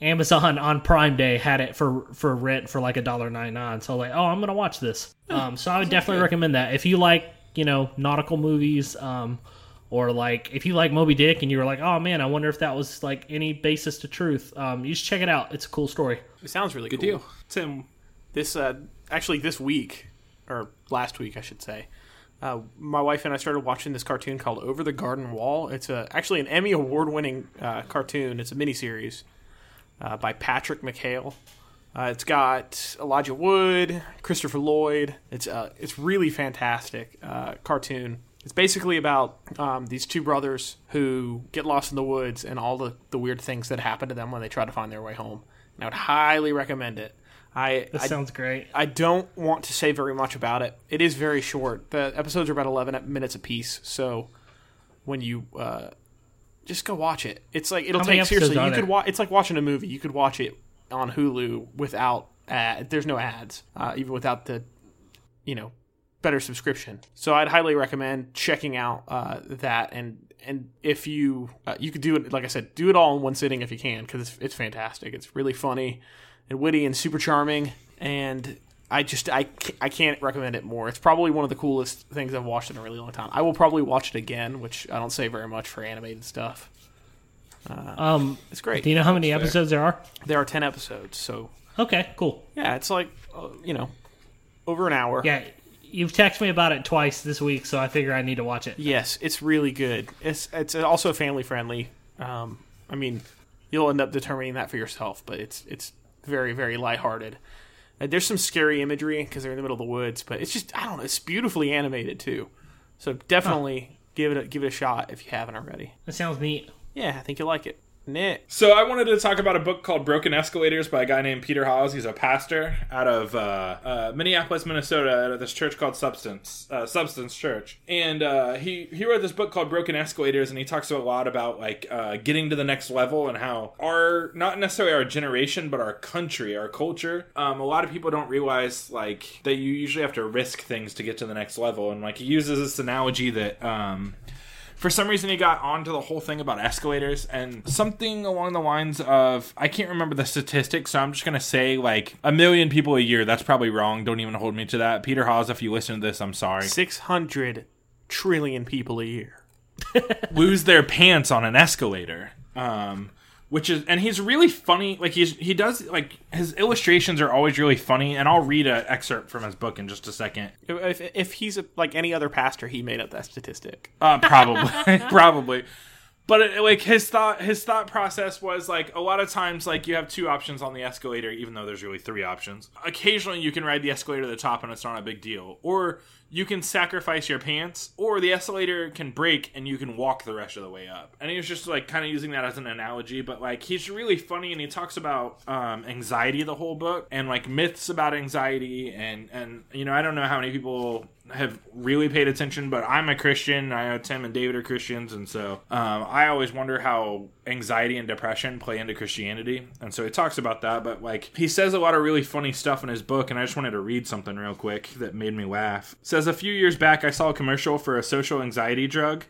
[SPEAKER 2] Amazon on Prime Day had it for for rent for like a dollar nine nine. So like, oh, I'm gonna watch this. Um, so I would definitely recommend that if you like you know nautical movies um, or like if you like Moby Dick and you were like, oh man, I wonder if that was like any basis to truth. Um, you should check it out. It's a cool story.
[SPEAKER 1] It sounds really
[SPEAKER 3] Good
[SPEAKER 1] cool.
[SPEAKER 3] deal.
[SPEAKER 1] Tim, this uh, actually this week or last week, I should say. Uh, my wife and I started watching this cartoon called Over the Garden Wall. It's a, actually an Emmy award winning uh, cartoon. It's a miniseries uh, by Patrick McHale. Uh, it's got Elijah Wood, Christopher Lloyd. It's uh, it's really fantastic uh, cartoon. It's basically about um, these two brothers who get lost in the woods and all the, the weird things that happen to them when they try to find their way home. And I would highly recommend it. I
[SPEAKER 2] That
[SPEAKER 1] I,
[SPEAKER 2] sounds great.
[SPEAKER 1] I don't want to say very much about it. It is very short. The episodes are about 11 minutes apiece, so when you uh, just go watch it, it's like it'll
[SPEAKER 2] How many
[SPEAKER 1] take seriously.
[SPEAKER 2] episodes are
[SPEAKER 1] You could
[SPEAKER 2] there?
[SPEAKER 1] watch. It's like watching a movie. You could watch it on Hulu without ad. There's no ads, uh, even without the, you know, better subscription. So I'd highly recommend checking out uh, that and. And if you uh, you could do it, like I said, do it all in one sitting if you can, because it's, it's fantastic. It's really funny and witty and super charming and i just I, ca- I can't recommend it more it's probably one of the coolest things i've watched in a really long time i will probably watch it again which i don't say very much for animated stuff Uh,
[SPEAKER 2] Um,
[SPEAKER 1] it's great
[SPEAKER 2] do you know how many episodes there are?
[SPEAKER 1] there are 10 episodes so
[SPEAKER 2] Okay, cool.
[SPEAKER 1] yeah it's like uh, you know over an hour
[SPEAKER 2] Yeah, you've texted me about it twice this week, so I figure I need to watch it.
[SPEAKER 1] yes it's really good it's it's also family friendly um, i mean you'll end up determining that for yourself but it's it's very very lighthearted Uh, there's some scary imagery because they're in the middle of the woods, but it's just I don't know. It's beautifully animated too, so definitely give it a, give it a shot if you haven't already.
[SPEAKER 2] That sounds neat.
[SPEAKER 1] Yeah, I think you'll like it. Nick,
[SPEAKER 3] So I wanted to talk about a book called Broken Escalators by a guy named Peter Hawes. He's a pastor out of uh, uh, Minneapolis, Minnesota, out of this church called Substance uh, Substance Church. And uh, he he wrote this book called Broken Escalators, and he talks a lot about like uh, getting to the next level and how our not necessarily our generation, but our country, our culture. Um, a lot of people don't realize like that you usually have to risk things to get to the next level. And like he uses this analogy that. Um, for some reason he got onto the whole thing about escalators and something along the lines of I can't remember the statistics, so I'm just gonna say like a million people a year. That's probably wrong. Don't even hold me to that. Peter Hawes, if you listen to this, I'm sorry.
[SPEAKER 1] six hundred trillion people a year.
[SPEAKER 3] lose their pants on an escalator. Um, which is and he's really funny. Like he's he does like his illustrations are always really funny. And I'll read an excerpt from his book in just a second.
[SPEAKER 1] If, if he's a, like any other pastor, he made up that statistic.
[SPEAKER 3] Uh, probably, *laughs* probably. But it, like his thought, his thought process was like a lot of times, like you have two options on the escalator, even though there's really three options. Occasionally, you can ride the escalator to the top, and it's not a big deal. Or you can sacrifice your pants, or the escalator can break, and you can walk the rest of the way up. And he was just like kind of using that as an analogy, but like he's really funny, and he talks about um, anxiety the whole book, and like myths about anxiety, and and you know I don't know how many people have really paid attention, but I'm a Christian. I know Tim and David are Christians, and so um, I always wonder how anxiety and depression play into Christianity. And so he talks about that, but like he says a lot of really funny stuff in his book, and I just wanted to read something real quick that made me laugh. It says a few years back, I saw a commercial for a social anxiety drug.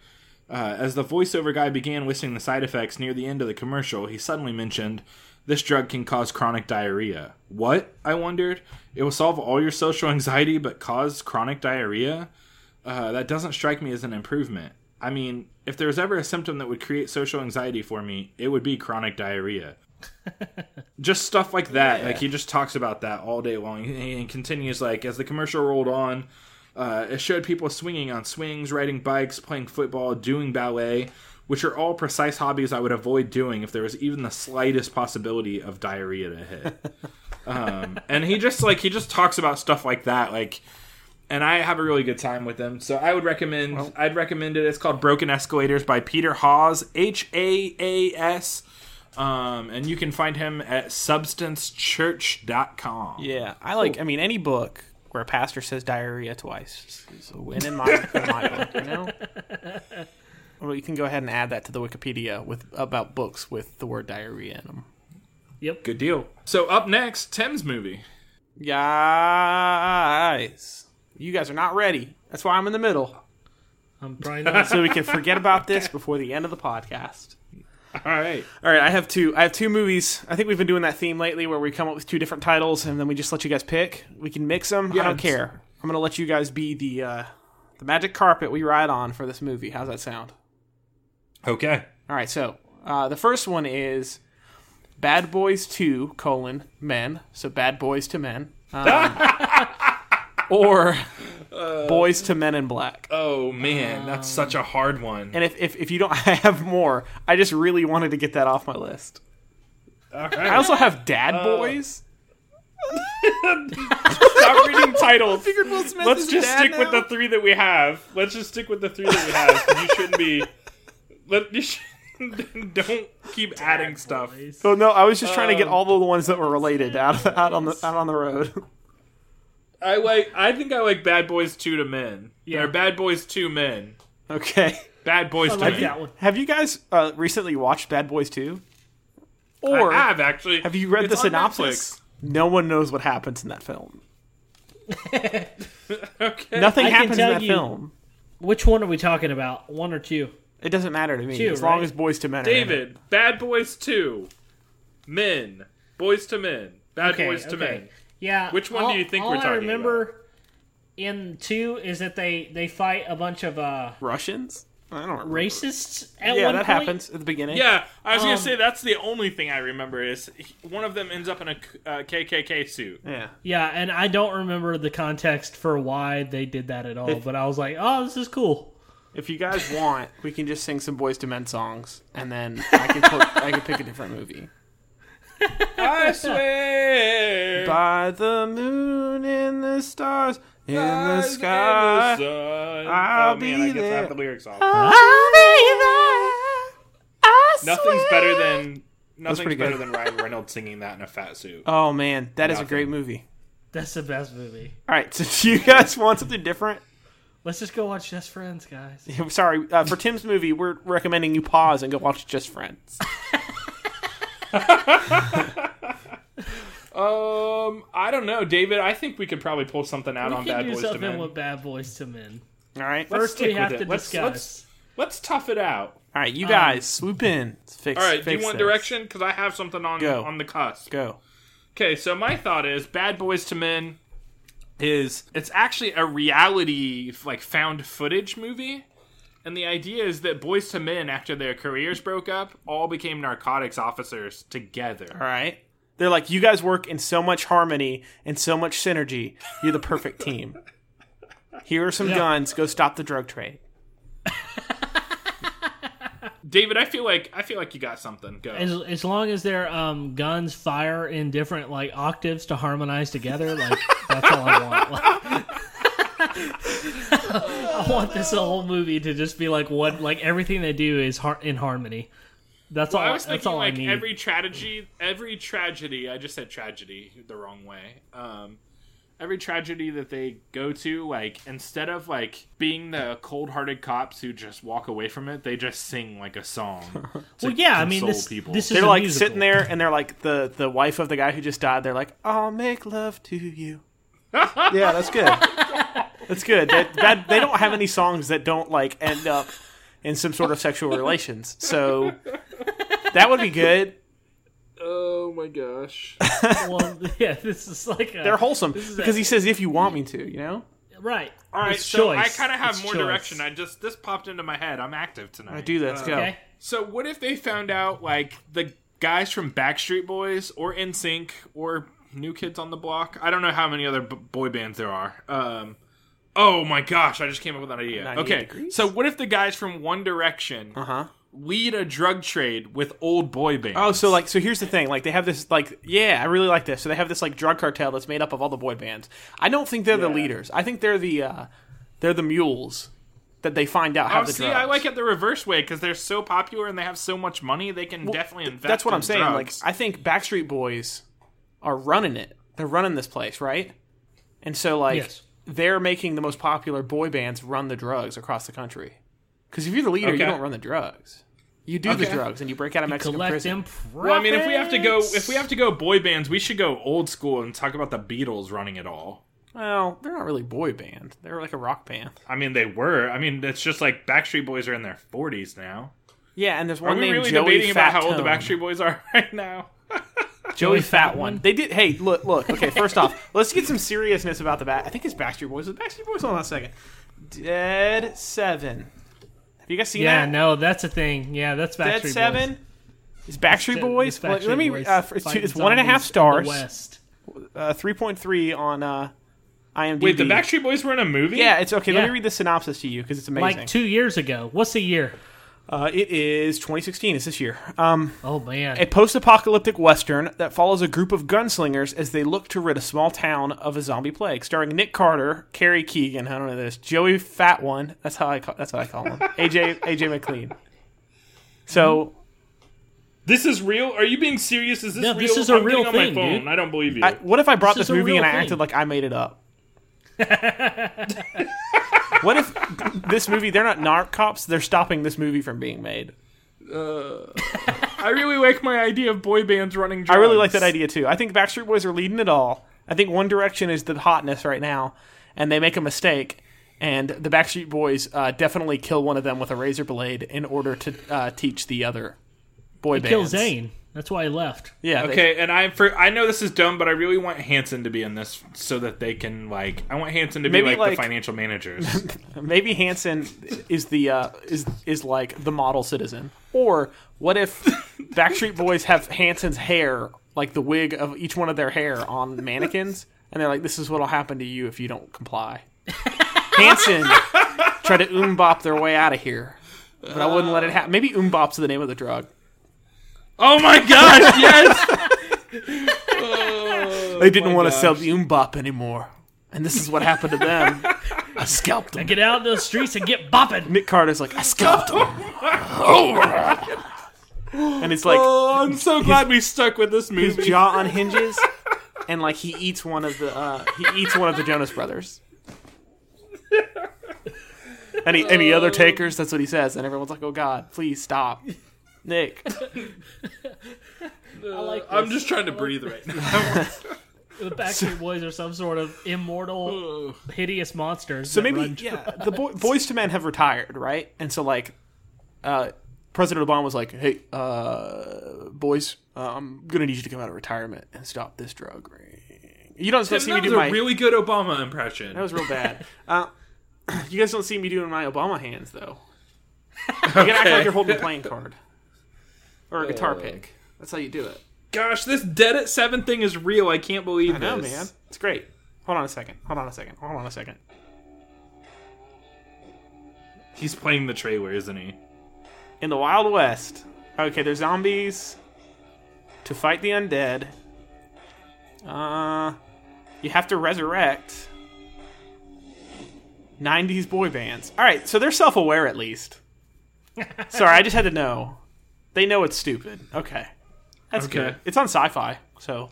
[SPEAKER 3] Uh, as the voiceover guy began listing the side effects near the end of the commercial, he suddenly mentioned, This drug can cause chronic diarrhea. What? I wondered. It will solve all your social *laughs* anxiety but cause chronic diarrhea? Uh, that doesn't strike me as an improvement. I mean, if there was ever a symptom that would create social anxiety for me, it would be chronic diarrhea. just stuff like that. Like he just talks about that all day long and continues like as the commercial rolled on, uh, it showed people swinging on swings, riding bikes, playing football, doing ballet, which are all precise hobbies I would avoid doing if there was even the slightest possibility of diarrhea to *laughs* hit. um, and he just like he just talks about stuff like that, like. And I have a really good time with them, so I would recommend. I'd recommend it. It's called Broken Escalators by Peter Hawes, H A A S, um, and you can find him at substancechurch.com.
[SPEAKER 1] Yeah, I like. I mean, any book where a pastor says diarrhea twice is a win in my, in my book. You know. Well, you can go ahead and add that to the Wikipedia with about books with the word diarrhea in them.
[SPEAKER 2] Yep.
[SPEAKER 3] Good deal. So up next, Tim's movie.
[SPEAKER 1] Guys, you guys are not ready. That's why I'm in the middle,
[SPEAKER 2] I'm probably
[SPEAKER 3] *laughs*
[SPEAKER 2] not.
[SPEAKER 1] so we can forget about this before the end of the podcast.
[SPEAKER 3] All right.
[SPEAKER 1] All right, I have two. I have two movies. I think we've been doing that theme lately, where we come up with two different titles and then we just let you guys pick. We can mix them. I don't
[SPEAKER 3] it's-
[SPEAKER 1] care. I'm gonna let you guys be the uh, the magic carpet we ride on for this movie. How's that sound?
[SPEAKER 3] Okay.
[SPEAKER 1] All right, so uh, the first one is Bad Boys Two colon Men, so Bad Boys to Men, um, or Boys to Men in Black.
[SPEAKER 3] Oh man, that's such a hard one.
[SPEAKER 1] And if, if if you don't, *laughs* I have more. I just really wanted to get that off my list. I also have Dad Boys.
[SPEAKER 3] Stop reading titles.
[SPEAKER 1] Will Smith
[SPEAKER 3] Let's
[SPEAKER 1] is
[SPEAKER 3] just
[SPEAKER 1] dad
[SPEAKER 3] stick with
[SPEAKER 1] now?
[SPEAKER 3] the three that we have. Let's just stick with the three that we have. You shouldn't be. Let you should, *laughs* don't keep adding stuff.
[SPEAKER 1] So Oh, no, I was just trying to
[SPEAKER 2] Um,
[SPEAKER 1] get all the ones that were related out of, out on the out on the road. *laughs*
[SPEAKER 3] I like. I think I like Bad Boys Two to Men. Yeah, or Bad Boys Two Men.
[SPEAKER 1] okay.
[SPEAKER 3] Bad Boys to
[SPEAKER 2] like
[SPEAKER 3] Men.
[SPEAKER 2] that one.
[SPEAKER 1] Have you guys uh, recently watched Bad Boys Two? Or
[SPEAKER 3] I have actually.
[SPEAKER 1] Have you read
[SPEAKER 3] It's
[SPEAKER 1] the
[SPEAKER 3] on
[SPEAKER 1] synopsis? No one knows what happens in that film.
[SPEAKER 3] Netflix. *laughs* Okay.
[SPEAKER 1] Nothing
[SPEAKER 2] I can
[SPEAKER 1] happens in
[SPEAKER 2] tell
[SPEAKER 1] that
[SPEAKER 2] you-
[SPEAKER 1] film.
[SPEAKER 2] *laughs* Which one are we talking about? One or two?
[SPEAKER 1] It doesn't matter to me
[SPEAKER 2] Two,
[SPEAKER 1] as long
[SPEAKER 2] right?
[SPEAKER 1] as Boys to Men. are in it.
[SPEAKER 3] David. Bad Boys Two. Men. Boys to Men. Bad
[SPEAKER 2] Okay,
[SPEAKER 3] Boys to
[SPEAKER 2] okay.
[SPEAKER 3] Men.
[SPEAKER 2] Yeah.
[SPEAKER 3] Which one
[SPEAKER 2] all-
[SPEAKER 3] do you think
[SPEAKER 2] all
[SPEAKER 3] we're talking
[SPEAKER 2] I
[SPEAKER 3] about?
[SPEAKER 2] remember in two is that they they fight a bunch of uh
[SPEAKER 1] Russians. I don't remember.
[SPEAKER 2] racists at
[SPEAKER 1] Yeah,
[SPEAKER 2] one
[SPEAKER 1] that
[SPEAKER 2] point.
[SPEAKER 1] happens at the beginning.
[SPEAKER 3] *laughs* Yeah, I was
[SPEAKER 2] Um,
[SPEAKER 3] gonna say that's the only thing I remember is he- one of them ends up in a k- uh, KKK suit.
[SPEAKER 1] yeah.
[SPEAKER 2] Yeah, and I don't remember the context for why they did that at all, but I was like, oh, this is cool.
[SPEAKER 1] If you guys want, we can just sing some Boys to Men songs, and then I can put, I can pick a different movie.
[SPEAKER 3] *laughs* I swear.
[SPEAKER 1] By the moon and the stars in the
[SPEAKER 3] eyes in
[SPEAKER 1] sky.
[SPEAKER 3] the sun.
[SPEAKER 1] I'll
[SPEAKER 3] oh man,
[SPEAKER 1] be
[SPEAKER 3] I guess I have
[SPEAKER 1] there.
[SPEAKER 3] the lyrics off.
[SPEAKER 1] Nothing's
[SPEAKER 3] nothing's better than nothing's
[SPEAKER 1] pretty
[SPEAKER 3] better
[SPEAKER 1] good.
[SPEAKER 3] than Ryan Reynolds singing that in a fat suit.
[SPEAKER 1] Oh man, that is
[SPEAKER 3] Nothing.
[SPEAKER 1] a great movie.
[SPEAKER 2] That's the best movie.
[SPEAKER 1] All right, *laughs* so do you guys want something different? *laughs*
[SPEAKER 2] Let's just go watch Just Friends, guys.
[SPEAKER 1] Sorry, uh, for Tim's movie, we're recommending you pause and go watch Just Friends.
[SPEAKER 3] *laughs* Um, I don't know, David. I think we could probably pull something out on
[SPEAKER 2] we can
[SPEAKER 3] Bad
[SPEAKER 2] do
[SPEAKER 3] Boys to
[SPEAKER 2] something
[SPEAKER 3] Men.
[SPEAKER 2] with Bad Boys to Men.
[SPEAKER 1] All right,
[SPEAKER 3] Let's
[SPEAKER 2] First, we
[SPEAKER 3] stick
[SPEAKER 2] have
[SPEAKER 3] with
[SPEAKER 2] to
[SPEAKER 3] it. Let's-
[SPEAKER 2] discuss.
[SPEAKER 3] let's- Let's tough it out.
[SPEAKER 1] all right, you guys swoop in. Let's Fix.
[SPEAKER 3] um, All right, do you
[SPEAKER 1] fix
[SPEAKER 3] want
[SPEAKER 1] this.
[SPEAKER 3] direction? Because I have something on
[SPEAKER 1] Go.
[SPEAKER 3] on the cusp.
[SPEAKER 1] Go.
[SPEAKER 3] Okay, so my thought is Bad Boys to Men is it's actually a reality like found footage movie. And the idea is that boys to men after their careers broke up all became narcotics officers together.
[SPEAKER 1] All right. They're like, you guys work in so much harmony and so much synergy. You're the perfect team. Here are some guns. Go stop the drug trade.
[SPEAKER 3] David, I feel like I feel like you got something. Go.
[SPEAKER 2] As, as long as their um, guns fire in different like octaves to harmonize together, like that's all I want. *laughs* Like- I want this whole movie to just be like what like everything they do is har- in harmony. That's all.
[SPEAKER 3] I was
[SPEAKER 2] that's
[SPEAKER 3] thinking
[SPEAKER 2] all I
[SPEAKER 3] like
[SPEAKER 2] need.
[SPEAKER 3] every tragedy, every tragedy. I just said tragedy the wrong way. Um, every tragedy that they go to, like instead of like being the cold-hearted cops who just walk away from it, they just sing like
[SPEAKER 1] *laughs*
[SPEAKER 3] a song. to
[SPEAKER 2] well, yeah. I mean,
[SPEAKER 3] console
[SPEAKER 2] this
[SPEAKER 3] people.
[SPEAKER 2] this is
[SPEAKER 1] They're
[SPEAKER 2] a
[SPEAKER 1] like
[SPEAKER 2] musical.
[SPEAKER 1] sitting there, and they're like the the wife of the guy who just died. They're like, "I'll make love to you." *laughs* yeah, that's good. That's good. That, that they don't have any songs that don't like end up in some sort of sexual relations. So that would be good.
[SPEAKER 3] oh my gosh!
[SPEAKER 2] Well, *laughs* yeah, this is like a,
[SPEAKER 1] They're wholesome
[SPEAKER 2] is
[SPEAKER 1] because
[SPEAKER 2] a-
[SPEAKER 1] he says, "If you want me to," you know.
[SPEAKER 2] right.
[SPEAKER 3] All right,
[SPEAKER 2] It's
[SPEAKER 3] so I
[SPEAKER 2] choice.
[SPEAKER 3] kind of have
[SPEAKER 2] It's
[SPEAKER 3] more
[SPEAKER 2] choice.
[SPEAKER 3] direction. I just this popped into my head. I'm active tonight.
[SPEAKER 1] I do this. Go.
[SPEAKER 2] Okay.
[SPEAKER 3] So what if they found out like the guys from Backstreet Boys or NSYNC or New Kids on the Block? I don't know how many other b- boy bands there are. Um, oh my gosh, I just came up with an idea.
[SPEAKER 1] 98
[SPEAKER 3] Okay,
[SPEAKER 1] degrees?
[SPEAKER 3] so what if the guys from One Direction
[SPEAKER 1] Huh?
[SPEAKER 3] lead a drug trade with old boy bands?
[SPEAKER 1] Oh, so like, so here's the thing. Like, they have this, like, yeah, I really like this. So they have this like drug cartel that's made up of all the boy bands. I don't think they're the
[SPEAKER 3] Yeah.
[SPEAKER 1] leaders. I think they're the, uh they're the mules that they find out
[SPEAKER 3] Oh,
[SPEAKER 1] have the
[SPEAKER 3] see,
[SPEAKER 1] drugs.
[SPEAKER 3] I like it the reverse way because they're so popular and they have so much money they can definitely invest.
[SPEAKER 1] That's what
[SPEAKER 3] in
[SPEAKER 1] I'm saying.
[SPEAKER 3] drugs.
[SPEAKER 1] Like, I think Backstreet Boys are running it. They're running this place, right? And so like,
[SPEAKER 2] Yes.
[SPEAKER 1] they're making the most popular boy bands run the drugs across the country. Because if you're the leader,
[SPEAKER 3] Okay.
[SPEAKER 1] you don't run the drugs. You do the drugs and you break out of Mexican
[SPEAKER 2] Collect
[SPEAKER 1] prison.
[SPEAKER 2] them.
[SPEAKER 3] Well, I mean, if we have to go, if we have to go boy bands, we should go old school and talk about the Beatles running it all.
[SPEAKER 1] Well, they're not really a boy band. They're like a rock band.
[SPEAKER 3] I mean, they were. I mean, it's just like Backstreet Boys are in their 40s now.
[SPEAKER 1] Yeah, and there's
[SPEAKER 3] Are
[SPEAKER 1] one
[SPEAKER 3] we
[SPEAKER 1] named
[SPEAKER 3] really
[SPEAKER 1] Joey
[SPEAKER 3] debating
[SPEAKER 1] Fat
[SPEAKER 3] about how old the
[SPEAKER 1] Tone.
[SPEAKER 3] Backstreet Boys are *laughs* right now?
[SPEAKER 1] Joey Fat One. They did. Hey, look, look. Okay, first off, *laughs* let's get some seriousness about the back. I think it's Backstreet Boys. Was it Backstreet Boys? Hold on a second. Dead Seven. Have Have you guys seen
[SPEAKER 2] Yeah,
[SPEAKER 1] that?
[SPEAKER 2] no, that's a thing. Yeah, that's Backstreet
[SPEAKER 1] Dead
[SPEAKER 2] Boys.
[SPEAKER 1] Seven. It's Backstreet
[SPEAKER 2] It's
[SPEAKER 1] Boys. Let-
[SPEAKER 2] Backstreet
[SPEAKER 1] Let me.
[SPEAKER 2] Boys
[SPEAKER 1] Uh, for- it's two,
[SPEAKER 2] fighting
[SPEAKER 1] it's one and a half
[SPEAKER 2] zombies in the
[SPEAKER 1] stars.
[SPEAKER 2] West.
[SPEAKER 1] Uh, three point three on uh, IMDb.
[SPEAKER 3] Wait, the Backstreet Boys were in a movie?
[SPEAKER 1] Yeah, it's okay. Let me
[SPEAKER 2] Yeah.
[SPEAKER 1] read the synopsis to you because it's amazing.
[SPEAKER 2] Like two years ago. What's the year?
[SPEAKER 1] uh, it is 2016. It's this year. Um,
[SPEAKER 2] Oh man,
[SPEAKER 1] a post-apocalyptic western that follows a group of gunslingers as they look to rid a small town of a zombie plague, starring Nick Carter, Carrie Keegan. I don't know this. Joey Fat One. That's how I. Call, that's what I call
[SPEAKER 2] *laughs*
[SPEAKER 1] him. AJ AJ McLean. So
[SPEAKER 3] This is real? Are you being serious? Is this
[SPEAKER 2] No,
[SPEAKER 3] real?
[SPEAKER 2] this is a
[SPEAKER 3] I'm
[SPEAKER 2] real
[SPEAKER 3] getting on my
[SPEAKER 2] thing,
[SPEAKER 3] phone.
[SPEAKER 2] dude.
[SPEAKER 3] I don't believe you.
[SPEAKER 1] I, what if I brought
[SPEAKER 2] This is
[SPEAKER 1] this,
[SPEAKER 2] a
[SPEAKER 1] movie
[SPEAKER 2] real
[SPEAKER 1] and I
[SPEAKER 2] thing.
[SPEAKER 1] acted like I made it
[SPEAKER 2] *laughs*
[SPEAKER 1] up? what if this movie? They're not narc cops. They're stopping this movie from being made.
[SPEAKER 3] I really like my idea of boy bands running drugs.
[SPEAKER 1] I really like that idea too. I think Backstreet Boys are leading it all. I think One Direction is the hotness right now, and they make a mistake, and the Backstreet Boys uh, definitely kill one of them with a razor blade in order to uh, teach the other boy band.
[SPEAKER 2] kill Zane. That's why he left.
[SPEAKER 1] Yeah. they-
[SPEAKER 3] Okay, and I for I know this is dumb, but I really want Hanson to be in this so that they can like I want Hanson to be
[SPEAKER 1] Maybe,
[SPEAKER 3] like,
[SPEAKER 1] like-
[SPEAKER 3] the financial managers. *laughs*
[SPEAKER 1] maybe Hanson is the uh, is is like the model citizen. Or what if Backstreet Boys have Hanson's hair, like the wig of each one of their hair on mannequins, and they're like, "This is what'll happen to you if you don't comply." Hanson try to umbop their way out of here, but I wouldn't let it happen. Maybe umbop's the name of the drug.
[SPEAKER 3] oh my
[SPEAKER 1] *laughs*
[SPEAKER 3] gosh, yes.
[SPEAKER 1] They didn't want to sell the umbop anymore, and this is what happened to them. I scalped them.
[SPEAKER 2] Get out in those streets and
[SPEAKER 1] *laughs*
[SPEAKER 2] get bopping.
[SPEAKER 1] Nick Carter's like, I scalped him. and it's like
[SPEAKER 3] Oh, I'm so glad we stuck with this
[SPEAKER 1] his
[SPEAKER 3] movie.
[SPEAKER 1] jaw unhinges, and like he eats one of the uh, he eats one of the Jonas Brothers. Any any other takers? That's what he says, and everyone's like, "Oh God, please stop, Nick."
[SPEAKER 2] I like
[SPEAKER 3] I'm just trying to breathe
[SPEAKER 1] *laughs*
[SPEAKER 3] right now.
[SPEAKER 2] the Backstreet Boys are some sort of immortal,
[SPEAKER 3] Oh.
[SPEAKER 2] hideous monsters.
[SPEAKER 1] So maybe *laughs* yeah, the boy, boys to men have retired, right? And so like, uh, President Obama was like, "Hey, uh, boys, uh, I'm gonna need you to come out of retirement and stop this drug ring." You don't
[SPEAKER 3] Tim,
[SPEAKER 1] see me
[SPEAKER 3] that
[SPEAKER 1] do
[SPEAKER 3] was a
[SPEAKER 1] my
[SPEAKER 3] really good Obama impression.
[SPEAKER 1] That was real bad. uh, *clears throat* you guys don't see me doing my Obama hands though. You gotta act like you're holding a playing card or a guitar pick. That's how you do it.
[SPEAKER 3] Gosh, this Dead at Seven thing is real. I can't believe
[SPEAKER 1] I know,
[SPEAKER 3] this.
[SPEAKER 1] man. It's great. Hold on a second. Hold on a second. Hold on a second.
[SPEAKER 3] He's playing the trailer, isn't he?
[SPEAKER 1] In the Wild West. Okay, there's zombies to fight the undead. Uh, you have to resurrect 90s boy bands. All right, so they're self-aware at least. Sorry, I just had to know. They know it's stupid. Okay. That's
[SPEAKER 3] Okay.
[SPEAKER 1] good. It's on Sci-Fi, so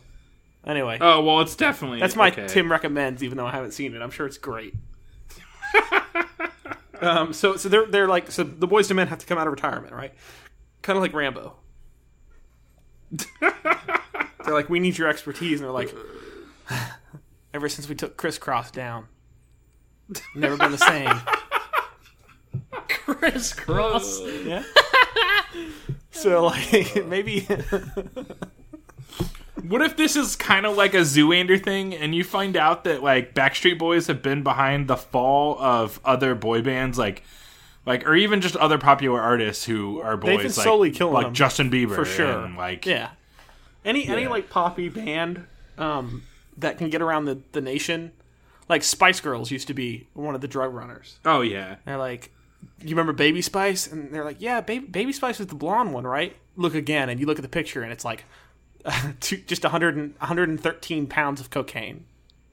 [SPEAKER 1] anyway.
[SPEAKER 3] Oh well, it's definitely
[SPEAKER 1] That's my
[SPEAKER 3] okay.
[SPEAKER 1] Tim recommends, even though I haven't seen it. I'm sure it's great. *laughs* um, so so they're they're like so the boys to men have to come out of retirement, right? Kind of like Rambo. *laughs* they're like, we need your expertise, and they're like, *sighs* ever since we took crisscross down, never been the same. *laughs*
[SPEAKER 2] crisscross.
[SPEAKER 1] Yeah. So like *laughs* maybe
[SPEAKER 3] What if this is kind of like a Zoolander thing, and you find out that like Backstreet Boys have been behind the fall of other boy bands, like, like or even just other popular artists who are boys,
[SPEAKER 1] been
[SPEAKER 3] like,
[SPEAKER 1] slowly killing
[SPEAKER 3] like
[SPEAKER 1] them,
[SPEAKER 3] Justin Bieber
[SPEAKER 1] for sure.
[SPEAKER 3] and, like
[SPEAKER 1] Yeah. Any any like poppy band um, that can get around the, the nation, like Spice Girls used to be one of the drug runners.
[SPEAKER 3] oh yeah,
[SPEAKER 1] They're like, you remember Baby Spice? And they're like, yeah, Baby, Baby Spice was the blonde one, right? Look again, and you look at the picture, and it's like *laughs* two, just 100 and, 113 pounds of cocaine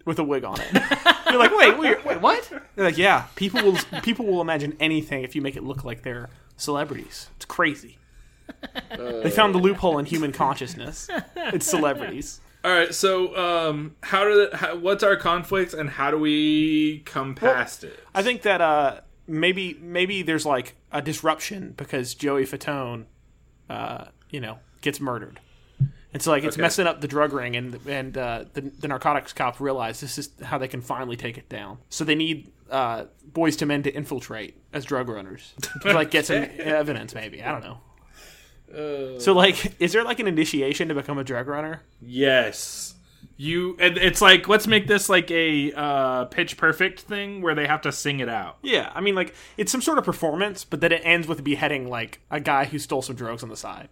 [SPEAKER 1] with a wig on it. You're like, wait, wait, wait, what? They're like, yeah, people will people will imagine anything if you make it look like they're celebrities. It's crazy. they found the loophole in human consciousness. It's celebrities.
[SPEAKER 3] All right, so um, how do the, how, what's our conflicts and how do we come past it?
[SPEAKER 1] I think that uh, maybe maybe there's like a disruption because Joey Fatone, uh, you know, gets murdered. And so like it's
[SPEAKER 3] Okay.
[SPEAKER 1] messing up the drug ring, and and uh, the, the narcotics cops realize this is how they can finally take it down. So they need uh, boys to men to infiltrate as drug runners to like get some evidence, maybe I don't know.
[SPEAKER 3] Uh,
[SPEAKER 1] So like, is there like an initiation to become a drug runner?
[SPEAKER 3] Yes, You and it's like let's make this like a uh, pitch perfect thing where they have to sing it out.
[SPEAKER 1] Yeah, I mean, like it's some sort of performance, but then it ends with beheading like a guy who stole some drugs on the side.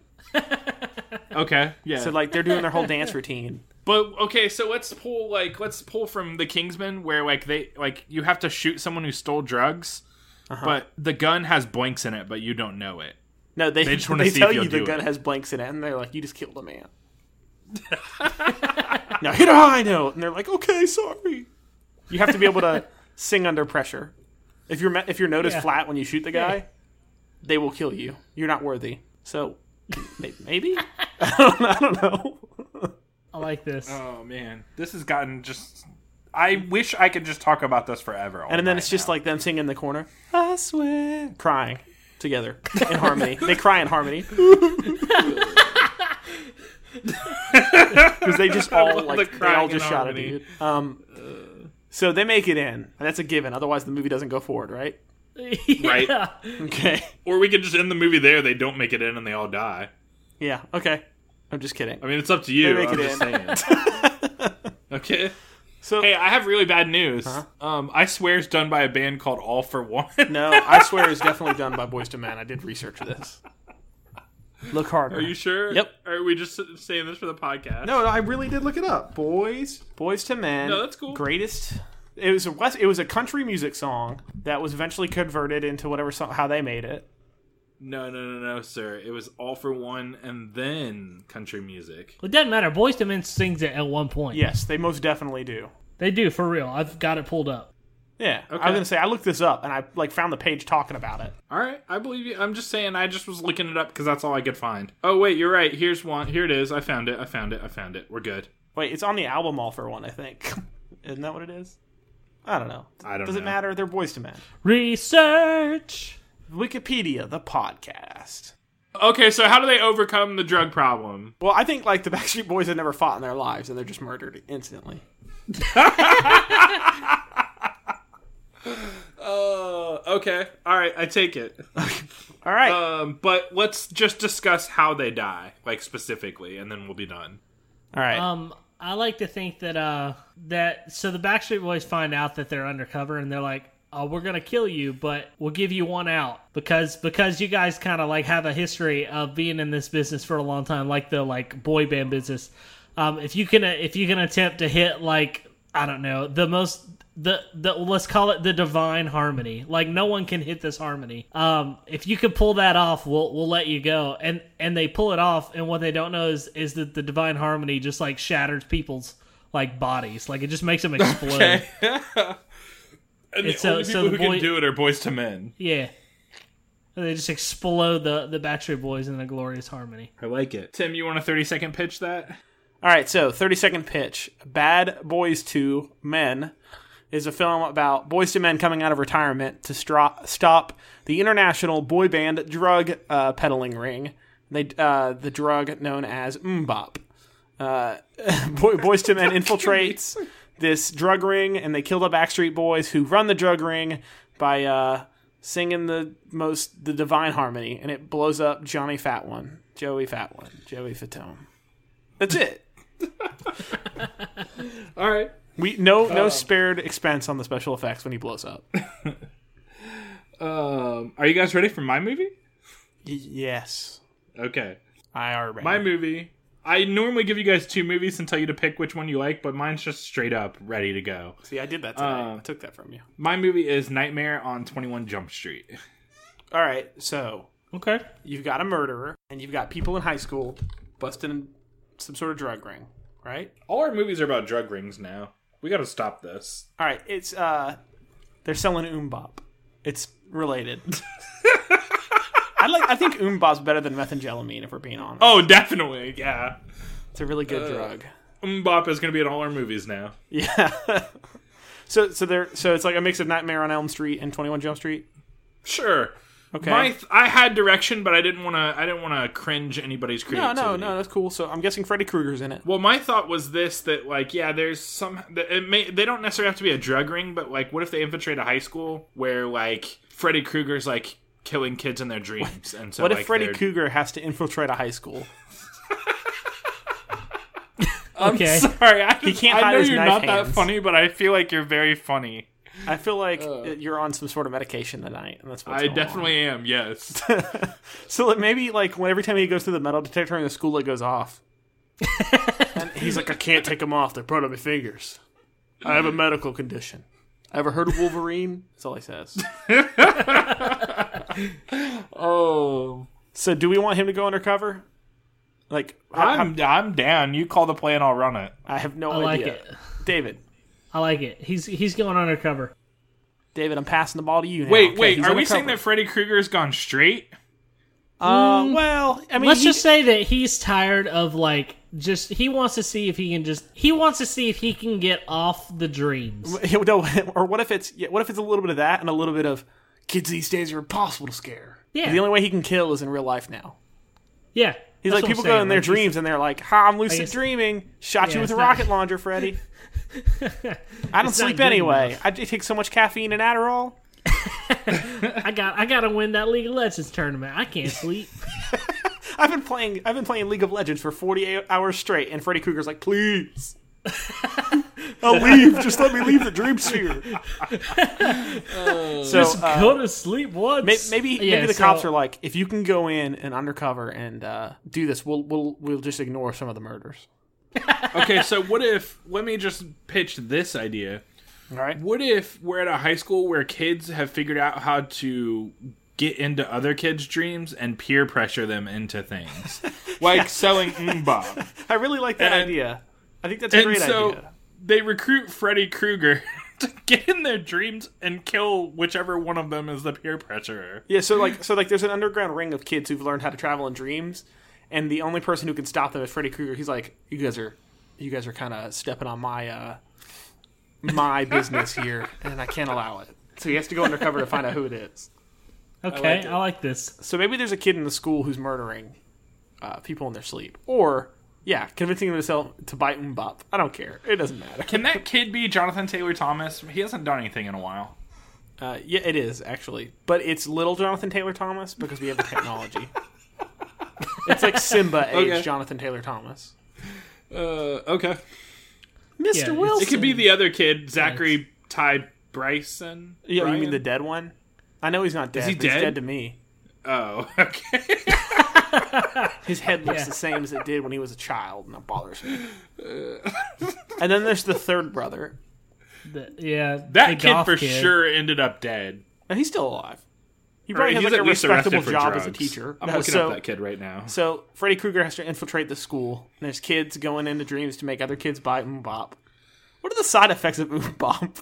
[SPEAKER 3] Okay, yeah.
[SPEAKER 1] So like they're doing their whole *laughs* dance routine.
[SPEAKER 3] But okay, so let's pull like let's pull from the Kingsman where like they like you have to shoot someone who stole drugs, but the gun has blanks in it, but you don't know it.
[SPEAKER 1] No, they *laughs*
[SPEAKER 3] They
[SPEAKER 1] they,
[SPEAKER 3] just wanna see if
[SPEAKER 1] tell
[SPEAKER 3] you'll
[SPEAKER 1] you the
[SPEAKER 3] do
[SPEAKER 1] gun
[SPEAKER 3] it.
[SPEAKER 1] has blanks in it, and they're like, "You just killed a
[SPEAKER 3] *laughs*
[SPEAKER 1] man." now hit a high note, and they're like, "Okay, sorry." You have to be able to *laughs* sing under pressure. If your me- if your note is
[SPEAKER 2] Yeah.
[SPEAKER 1] flat when you shoot the guy, they will kill you. You're not worthy. So may-
[SPEAKER 3] *laughs*
[SPEAKER 1] maybe *laughs* I don't know. I don't know.
[SPEAKER 2] I like this.
[SPEAKER 1] Uh,
[SPEAKER 3] Oh man, this has gotten just. I wish I could just talk about this forever. Oh
[SPEAKER 1] And then it's just like them singing in the corner. I swear, crying together in harmony. They cry in harmony because they *laughs* just all
[SPEAKER 3] the
[SPEAKER 1] like they
[SPEAKER 3] crying
[SPEAKER 1] all
[SPEAKER 3] in
[SPEAKER 1] just shot at
[SPEAKER 3] harmony.
[SPEAKER 1] dude. Um, so they make it in, and that's a given. Otherwise, the movie doesn't go forward, right?
[SPEAKER 3] right.
[SPEAKER 2] *laughs* Yeah.
[SPEAKER 1] Okay.
[SPEAKER 3] Or we could just end the movie there. They don't make it in, and they all die.
[SPEAKER 1] Yeah. Okay. I'm just kidding.
[SPEAKER 3] I mean, it's up to you.
[SPEAKER 1] They make
[SPEAKER 3] I'm
[SPEAKER 1] it
[SPEAKER 3] just
[SPEAKER 1] in.
[SPEAKER 3] saying. okay.
[SPEAKER 1] So
[SPEAKER 3] Hey, I have really bad news. Um, I swear it's done by a band called All for One.
[SPEAKER 1] *laughs*
[SPEAKER 3] *laughs*
[SPEAKER 1] no, I swear it's definitely done by Boys to Men. I did research this. Look harder.
[SPEAKER 3] Are you sure?
[SPEAKER 1] Yep.
[SPEAKER 3] Are we just saying this for the podcast?
[SPEAKER 1] No, I really did look it up. Boys, Boys to Men.
[SPEAKER 3] No, that's cool.
[SPEAKER 1] Greatest. It was a West, it was a country music song that was eventually converted into whatever song how they made it.
[SPEAKER 3] No, no, no, no, sir. It was all for one and then country music.
[SPEAKER 2] It doesn't matter. Boys to Men sings it at one point.
[SPEAKER 1] Yes, they most definitely do.
[SPEAKER 2] They do for real. I've got it pulled up.
[SPEAKER 1] Yeah, I
[SPEAKER 3] Okay.
[SPEAKER 1] was gonna say I looked this up and I like found the page talking about it.
[SPEAKER 3] All right, I believe you. I'm just saying I just was looking it up because that's all I could find. Oh, wait, you're right. Here's one. Here it is. I found it. I found it. I found it. We're good.
[SPEAKER 1] Wait, it's on the album all for one, I think. *laughs* Isn't that what it is? I don't know.
[SPEAKER 3] I don't
[SPEAKER 1] Does it
[SPEAKER 3] know.
[SPEAKER 1] matter? They're Boys to Men.
[SPEAKER 2] Research.
[SPEAKER 1] Wikipedia, the podcast.
[SPEAKER 3] Okay, so how do they overcome the drug problem?
[SPEAKER 1] Well, I think like the Backstreet Boys had never fought in their lives and they're just murdered instantly.
[SPEAKER 3] Uh, okay. All right, I take *laughs* it.
[SPEAKER 1] All right.
[SPEAKER 3] um, but let's just discuss how they die, like specifically, and then we'll be done.
[SPEAKER 1] all right.
[SPEAKER 2] Um, I like to think that uh that so the Backstreet Boys find out that they're undercover and they're like, "Oh, we're gonna kill you, but we'll give you one out because because you guys kind of like have a history of being in this business for a long time, like the like boy band business. Um, if you can if you can attempt to hit like I don't know the most the the let's call it the divine harmony. Like no one can hit this harmony. Um, if you can pull that off, we'll we'll let you go. And and they pull it off. And what they don't know is is that the divine harmony just like shatters people's like bodies. Like it just makes them explode.
[SPEAKER 3] *laughs* And
[SPEAKER 2] And so- only so people the who can boy- do
[SPEAKER 3] it are boys to men.
[SPEAKER 2] Yeah. And they just explode the the Backstreet Boys in the glorious harmony.
[SPEAKER 3] I like it. Tim, you want a 30 second pitch that?
[SPEAKER 1] All right, so 30 second pitch. Bad Boys to Men is a film about boys to men coming out of retirement to stra- stop the international boy band drug uh, peddling ring. They uh, the drug known as mbop. Uh, *laughs* boy, boys to men infiltrates this drug ring and they kill the Backstreet Boys who run the drug ring by uh, singing the most the divine harmony and it blows up Johnny Fat One, Joey Fat One, Joey Fatone. That's it.
[SPEAKER 3] All right.
[SPEAKER 1] We no no spared expense on the special effects when he blows up.
[SPEAKER 3] Um, are you guys ready for my movie?
[SPEAKER 1] yes,
[SPEAKER 3] Okay.
[SPEAKER 1] I are
[SPEAKER 3] My movie. I normally give you guys two movies and tell you to pick which one you like, but mine's just straight up ready to go.
[SPEAKER 1] See, I did that
[SPEAKER 3] uh,
[SPEAKER 1] tonight. I took that from you.
[SPEAKER 3] My movie is Nightmare on 21 Jump Street.
[SPEAKER 1] All right, so
[SPEAKER 2] Okay.
[SPEAKER 1] you've got a murderer and you've got people in high school busting some sort of drug ring, right?
[SPEAKER 3] All our movies are about drug rings now. We got to stop this.
[SPEAKER 1] All right, it's uh, they're selling Umbop. It's
[SPEAKER 3] *laughs*
[SPEAKER 1] related. I like. I think Umbop's better than methangelamine. If we're being honest,
[SPEAKER 3] Oh, uh, definitely. Yeah.
[SPEAKER 1] it's a really good drug.
[SPEAKER 3] Mbop is going to be in all our movies now.
[SPEAKER 1] Yeah. so so they're so it's like a mix of Nightmare on Elm Street and Twenty One Jump Street.
[SPEAKER 3] Sure.
[SPEAKER 1] Okay.
[SPEAKER 3] My th- I had direction, but I didn't want to. I didn't want to cringe anybody's
[SPEAKER 1] No,
[SPEAKER 3] creativity.
[SPEAKER 1] no, no, that's cool. So I'm guessing Freddy Krueger's in it.
[SPEAKER 3] Well, my thought was this: that like, yeah, there's some. that It may they don't necessarily have to be a drug ring, but like, what if they infiltrate a high school where like Freddy Krueger's like killing kids in their dreams, and so
[SPEAKER 1] What
[SPEAKER 3] like,
[SPEAKER 1] if Freddy
[SPEAKER 3] they're-
[SPEAKER 1] Krueger has to infiltrate a high school?
[SPEAKER 2] Okay.
[SPEAKER 3] I'm sorry. I, just,
[SPEAKER 1] can't
[SPEAKER 3] I
[SPEAKER 1] hide
[SPEAKER 3] know
[SPEAKER 1] his
[SPEAKER 3] you're
[SPEAKER 1] knife
[SPEAKER 3] not that
[SPEAKER 1] hands.
[SPEAKER 3] funny, but I feel like you're very funny.
[SPEAKER 1] I feel like you're on some sort of medication tonight, and that's what's
[SPEAKER 3] I
[SPEAKER 1] going on.
[SPEAKER 3] definitely am. Yes.
[SPEAKER 1] So like, maybe like when every time he goes through the metal detector in the school, it goes off. and he's like, I can't take them off. They're part of my fingers. I have a medical condition. Ever heard of Wolverine? That's all he says.
[SPEAKER 3] oh,
[SPEAKER 1] So do we want him to go undercover? Like I,
[SPEAKER 3] *laughs* I'm I'm down. You call the play and I'll run it.
[SPEAKER 1] I have no
[SPEAKER 2] I like
[SPEAKER 1] idea.
[SPEAKER 2] it.
[SPEAKER 1] David,
[SPEAKER 2] I like it. He's he's going undercover.
[SPEAKER 1] David, I'm passing the ball to you. Now.
[SPEAKER 3] Wait,
[SPEAKER 1] Okay,
[SPEAKER 3] wait.
[SPEAKER 1] he's
[SPEAKER 3] Are we
[SPEAKER 1] undercover.
[SPEAKER 3] saying that Freddy Krueger's gone straight?
[SPEAKER 1] Uh, well, I mean,
[SPEAKER 2] Mm. Let's
[SPEAKER 1] he-
[SPEAKER 2] just say that he's tired of like just he wants to see if he can just he wants to see if he can get off the dreams.
[SPEAKER 1] *laughs* no, or what if it's yeah, what if it's a little bit of that and a little bit of kids these days are impossible to scare.
[SPEAKER 2] Yeah.
[SPEAKER 1] the only way he can kill is in real life now.
[SPEAKER 2] Yeah.
[SPEAKER 1] He's like people go in their dreams and they're like, "Ha, I'm lucid
[SPEAKER 2] guess-
[SPEAKER 1] dreaming." Shot
[SPEAKER 2] yeah,
[SPEAKER 1] you with a
[SPEAKER 2] it's not-
[SPEAKER 1] rocket launcher,
[SPEAKER 2] *laughs*
[SPEAKER 1] Freddy. I don't
[SPEAKER 2] not
[SPEAKER 1] sleep
[SPEAKER 2] good
[SPEAKER 1] anyway. I d- take so much caffeine and Adderall.
[SPEAKER 2] I got I gotta win that League of Legends tournament.
[SPEAKER 1] *laughs*
[SPEAKER 2] I can't sleep.
[SPEAKER 1] I've been playing. I've been playing League of Legends for 48 hours straight, and Freddy Krueger's like,
[SPEAKER 2] *laughs*
[SPEAKER 1] "Please, I'll leave. Just let me leave the dream
[SPEAKER 2] *laughs*
[SPEAKER 1] sphere." so
[SPEAKER 2] Just
[SPEAKER 1] uh,
[SPEAKER 2] go to sleep once.
[SPEAKER 1] may- maybe
[SPEAKER 2] Yeah,
[SPEAKER 1] maybe the
[SPEAKER 2] so-
[SPEAKER 1] cops are like, "If you can go in and undercover and uh, do this, we'll we'll we'll just ignore some of the murders."
[SPEAKER 3] okay, so what if? Let me just pitch this idea.
[SPEAKER 1] All right.
[SPEAKER 3] What if we're at a high school where kids have figured out how to get into other kids' dreams and peer pressure them
[SPEAKER 1] *laughs*
[SPEAKER 3] into things, like selling mbop?
[SPEAKER 1] I really like that
[SPEAKER 3] And-
[SPEAKER 1] idea. I think that's a *laughs*
[SPEAKER 3] And
[SPEAKER 1] great
[SPEAKER 3] so
[SPEAKER 1] idea.
[SPEAKER 3] they recruit Freddy Krueger *laughs* to get in their dreams and kill whichever one of them is the peer pressurer.
[SPEAKER 1] Yeah, so like so like there's an underground ring of kids who've learned how to travel in dreams, and the only person who can stop them is Freddy Krueger. He's like, you guys are, you guys are kind of stepping on my uh, my business here, and I can't allow it. So he has to go undercover to find out who it is.
[SPEAKER 2] Okay, I
[SPEAKER 3] like
[SPEAKER 2] like,
[SPEAKER 3] it.
[SPEAKER 2] this.
[SPEAKER 1] So maybe there's a kid in the school who's murdering uh, people in their sleep, or yeah, convincing them to sell to buy umbop. I don't care. It doesn't matter. *laughs*
[SPEAKER 3] Can that kid be Jonathan Taylor Thomas? He hasn't done anything in a while.
[SPEAKER 1] Uh, yeah, it is actually, but it's little Jonathan Taylor Thomas because we have the
[SPEAKER 3] *laughs*
[SPEAKER 1] technology. it's like Simba age
[SPEAKER 3] Okay.
[SPEAKER 1] Jonathan Taylor Thomas.
[SPEAKER 3] Uh, okay.
[SPEAKER 1] Mr.
[SPEAKER 2] Yeah, it's-
[SPEAKER 1] Wilson.
[SPEAKER 3] It could be the other kid, Zachary Ty Bryson.
[SPEAKER 1] yeah, you
[SPEAKER 3] Bryan?
[SPEAKER 1] mean the dead one? I know he's not dead.
[SPEAKER 3] he
[SPEAKER 1] but He's
[SPEAKER 3] dead?
[SPEAKER 1] dead to me.
[SPEAKER 3] Oh, *laughs* okay.
[SPEAKER 1] His
[SPEAKER 3] *laughs*
[SPEAKER 1] head looks the same as it did when he was a child, and that bothers me. and then there's the third brother.
[SPEAKER 2] The- yeah,
[SPEAKER 3] That
[SPEAKER 2] the
[SPEAKER 3] kid
[SPEAKER 2] goth
[SPEAKER 3] for sure ended up dead.
[SPEAKER 1] And he's still alive. He probably
[SPEAKER 3] He's
[SPEAKER 1] has like a
[SPEAKER 3] at least arrested
[SPEAKER 1] respectable
[SPEAKER 3] for
[SPEAKER 1] job as a
[SPEAKER 3] drugs.
[SPEAKER 1] teacher.
[SPEAKER 3] I'm
[SPEAKER 1] No,
[SPEAKER 3] looking
[SPEAKER 1] so,
[SPEAKER 3] up that kid right now.
[SPEAKER 1] so Freddy Krueger has to infiltrate the school. And there's kids going into dreams to make other kids buy Mbop. What are the side effects of *laughs* Mbop?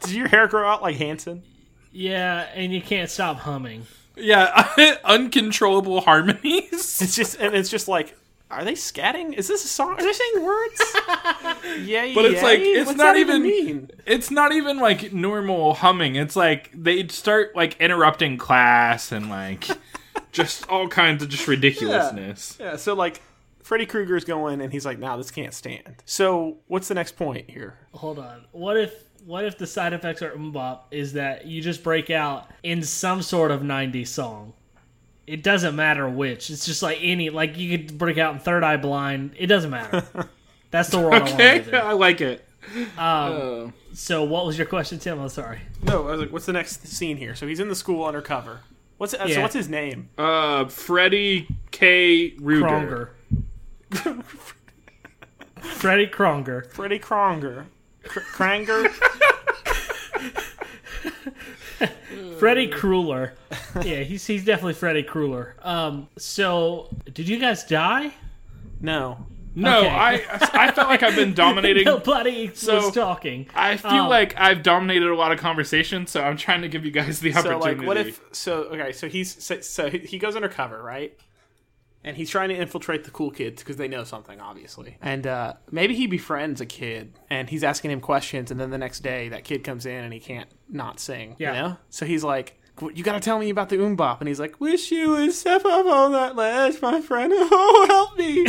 [SPEAKER 1] Did your hair grow out like Hanson?
[SPEAKER 2] Yeah, and you can't stop humming.
[SPEAKER 3] Yeah, *laughs* uncontrollable harmonies. *laughs*
[SPEAKER 1] It's just and it's just like, are they scatting? Is this a song? Are they saying
[SPEAKER 3] *laughs*
[SPEAKER 1] words? yeah,
[SPEAKER 3] But it's like- it's not even-
[SPEAKER 1] mean.
[SPEAKER 3] It's not even like normal humming. It's like they start like interrupting class and like *laughs* just all kinds of just ridiculousness.
[SPEAKER 1] Yeah, so like Freddy Krueger's going and he's like, nah, this can't stand. So what's the next point here?
[SPEAKER 2] Hold on. What if what if the side effects are umbop is that you just break out in some sort of 90s song? It doesn't matter which. It's just like any like you could break out in Third Eye Blind. It doesn't
[SPEAKER 3] *laughs*
[SPEAKER 2] matter. That's the world I want to live
[SPEAKER 3] Okay,
[SPEAKER 2] in.
[SPEAKER 3] I like it.
[SPEAKER 2] So what was your question, Tim? I'm sorry.
[SPEAKER 1] No, I was like, what's the next scene here? So he's in the school undercover. What's uh, so
[SPEAKER 2] Yeah.
[SPEAKER 1] what's his name?
[SPEAKER 3] Uh, Freddie K. Ruger.
[SPEAKER 2] Kronger. Freddy Kronger.
[SPEAKER 1] Freddy Kronger. Kr- Kranger?
[SPEAKER 3] Uh.
[SPEAKER 2] Freddy
[SPEAKER 3] *laughs*
[SPEAKER 2] Krueger. Yeah, he's he's definitely Freddy Krueger. Um so did you guys die?
[SPEAKER 1] no.
[SPEAKER 3] No,
[SPEAKER 2] Okay.
[SPEAKER 3] I I felt like
[SPEAKER 1] *laughs*
[SPEAKER 3] I've been
[SPEAKER 2] *laughs*
[SPEAKER 3] dominating.
[SPEAKER 2] Nobody
[SPEAKER 3] So-
[SPEAKER 2] was talking.
[SPEAKER 3] I feel
[SPEAKER 2] Um,
[SPEAKER 3] like I've dominated a lot of conversations, so I'm trying to give you guys the
[SPEAKER 1] So
[SPEAKER 3] opportunity.
[SPEAKER 1] like what if so okay, so he's so, so he he goes undercover, right? And he's trying to infiltrate the cool kids because they know something, obviously. And uh, maybe he befriends a kid, and he's asking him questions. And then the next day, that kid comes in, and he can't not sing.
[SPEAKER 2] Yeah.
[SPEAKER 1] You know? So he's like, "Qu- "You got to tell me about the umbop." And he's like, "Wish you would step up on that ledge, my friend. *laughs* Oh, help me!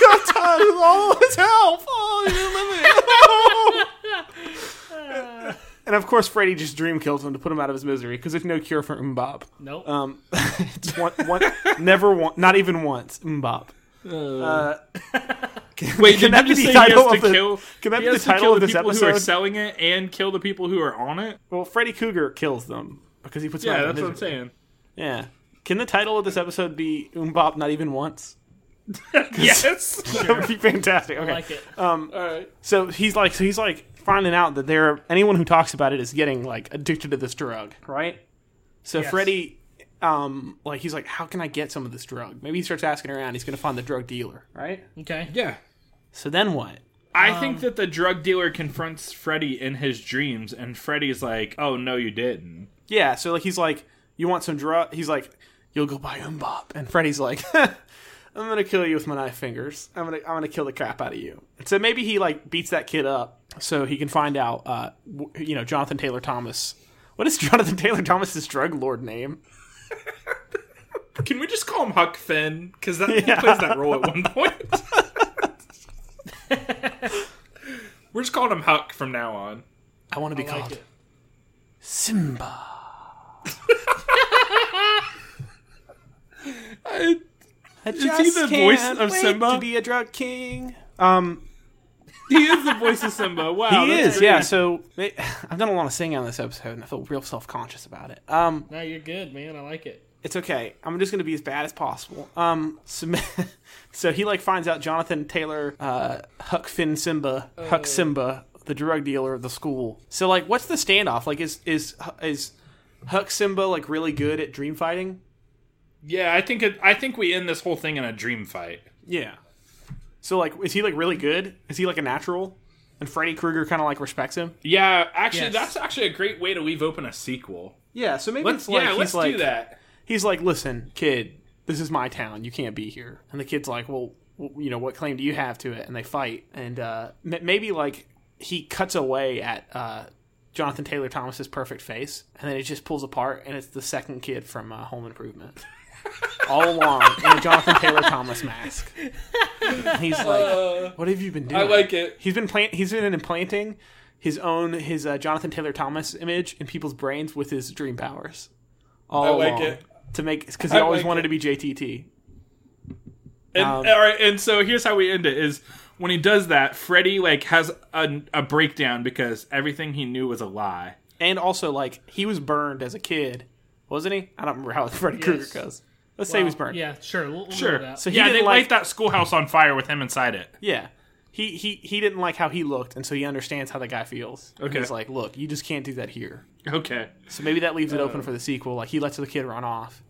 [SPEAKER 1] got tired of all his help. Oh, you eliminate- oh." And of course, Freddy just dream kills him to put him out of his misery because there's no cure for umbop.
[SPEAKER 3] Uh.
[SPEAKER 1] *laughs*
[SPEAKER 2] Nope.
[SPEAKER 1] Um, it's one, one, never one, not even once. Mbop. Uh,
[SPEAKER 3] *laughs* Wait,
[SPEAKER 1] Can
[SPEAKER 3] did
[SPEAKER 1] that
[SPEAKER 3] you just
[SPEAKER 1] be the
[SPEAKER 3] say he has
[SPEAKER 1] title
[SPEAKER 3] to
[SPEAKER 1] of the-
[SPEAKER 3] kill? *laughs*
[SPEAKER 1] can that be
[SPEAKER 3] he
[SPEAKER 1] the
[SPEAKER 3] has to
[SPEAKER 1] title
[SPEAKER 3] kill
[SPEAKER 1] of
[SPEAKER 3] the
[SPEAKER 1] this
[SPEAKER 3] people who are
[SPEAKER 1] episode?
[SPEAKER 3] selling it and kill the people who are on it?
[SPEAKER 1] well, Freddy Cougar kills them because he puts them
[SPEAKER 3] Yeah,
[SPEAKER 1] out of
[SPEAKER 3] that's what I'm
[SPEAKER 1] misery.
[SPEAKER 3] saying.
[SPEAKER 1] Yeah. Can the title of this episode be Umbop Not Even Once? *laughs*
[SPEAKER 3] yes. *laughs*
[SPEAKER 1] That would be fantastic. Okay.
[SPEAKER 2] like it.
[SPEAKER 3] All right.
[SPEAKER 1] So he's like, so he's like finding out that there anyone who talks about it is getting like addicted to this drug, right? So Freddy, um, like he's like, how can I get some of this drug? Maybe he starts asking around. He's gonna find the drug dealer, right?
[SPEAKER 2] Okay.
[SPEAKER 3] Yeah.
[SPEAKER 1] So then what?
[SPEAKER 3] I think that the drug dealer confronts Freddy in his dreams, and Freddy's like, "Oh no, you didn't."
[SPEAKER 1] Yeah. So like he's like, you want some drug? He's like, you'll go buy Umbop, and Freddy's like. *laughs* I'm gonna kill you with my knife fingers. I'm gonna I'm gonna kill the crap out of you. And so maybe he like beats that kid up so he can find out, uh, w- you know, Jonathan Taylor Thomas. What is *laughs* Jonathan Taylor Thomas's drug lord name?
[SPEAKER 3] Can we just call him Huck Finn? Because that he
[SPEAKER 1] Yeah.
[SPEAKER 3] plays that role at *laughs* one point. We're just calling him Huck from now on.
[SPEAKER 1] I want to be
[SPEAKER 2] I like
[SPEAKER 1] called
[SPEAKER 2] it.
[SPEAKER 3] *laughs*
[SPEAKER 1] Simba. Is
[SPEAKER 3] he the voice of Simba?
[SPEAKER 1] To be a drug king. Um,
[SPEAKER 3] He is the voice of Simba. Wow,
[SPEAKER 1] he
[SPEAKER 3] that's
[SPEAKER 1] is.
[SPEAKER 3] great.
[SPEAKER 1] Yeah. So they- *sighs* I've done a lot of singing on this episode, and I feel real self conscious about it. Um,
[SPEAKER 2] No, you're good, man. I like it.
[SPEAKER 1] it's okay. I'm just gonna be as bad as possible. Um, so, *laughs* so he like finds out Jonathan Taylor, uh, Huck Finn Simba, Huck Simba, the drug dealer of the school. So like, what's the standoff? Like, is is is Huck Simba like really good at dream fighting?
[SPEAKER 3] Yeah, I think it, I think we end this whole thing in a dream fight.
[SPEAKER 1] Yeah. So like, is he like really good? Is he like a natural? And Freddy Krueger kind of like respects him.
[SPEAKER 3] Yeah,
[SPEAKER 2] Yes.
[SPEAKER 3] actually, that's actually a great way to leave open a sequel.
[SPEAKER 1] Yeah. So maybe
[SPEAKER 3] Let's
[SPEAKER 1] it's like
[SPEAKER 3] yeah,
[SPEAKER 1] he's
[SPEAKER 3] let's
[SPEAKER 1] like
[SPEAKER 3] do that.
[SPEAKER 1] he's like, listen, kid, this is my town. You can't be here. And the kid's like, well, w- you know, what claim do you have to it? And they fight. And uh, m- maybe like he cuts away at uh, Jonathan Taylor Thomas's perfect face, and then it just pulls apart, and it's the second kid from uh, Home Improvement.
[SPEAKER 3] *laughs*
[SPEAKER 1] All along in a Jonathan Taylor Thomas mask. And he's like, "What have you been doing?"
[SPEAKER 3] Uh, I like it.
[SPEAKER 1] He's been plant. He's been implanting his own his uh, Jonathan Taylor Thomas image in people's brains with his dream powers. All
[SPEAKER 3] I like
[SPEAKER 1] along.
[SPEAKER 3] it.
[SPEAKER 1] to make because he
[SPEAKER 3] I
[SPEAKER 1] always
[SPEAKER 3] like
[SPEAKER 1] wanted
[SPEAKER 3] it.
[SPEAKER 1] to be JTT.
[SPEAKER 3] And,
[SPEAKER 1] Um,
[SPEAKER 3] all right, and so here's how we end it: is when he does that, Freddy like has a, a breakdown because everything he knew was a lie.
[SPEAKER 1] And also, like he was burned as a kid, wasn't he? I don't remember how *laughs* Freddy Krueger
[SPEAKER 2] Yes.
[SPEAKER 1] goes. Let's say he was burned.
[SPEAKER 2] Yeah, sure. We'll, we'll
[SPEAKER 3] Sure.
[SPEAKER 2] sure. That.
[SPEAKER 1] So he
[SPEAKER 3] yeah,
[SPEAKER 1] didn't
[SPEAKER 3] they
[SPEAKER 1] like-
[SPEAKER 3] light that schoolhouse on fire with him inside it.
[SPEAKER 1] Yeah. He, he he didn't like how he looked, and so he understands how the guy feels. And
[SPEAKER 3] Okay.
[SPEAKER 1] he's like, "Look, you just can't do that here."
[SPEAKER 3] Okay.
[SPEAKER 1] So maybe that leaves it
[SPEAKER 3] Uh.
[SPEAKER 1] open for the sequel. Like he lets the kid run off,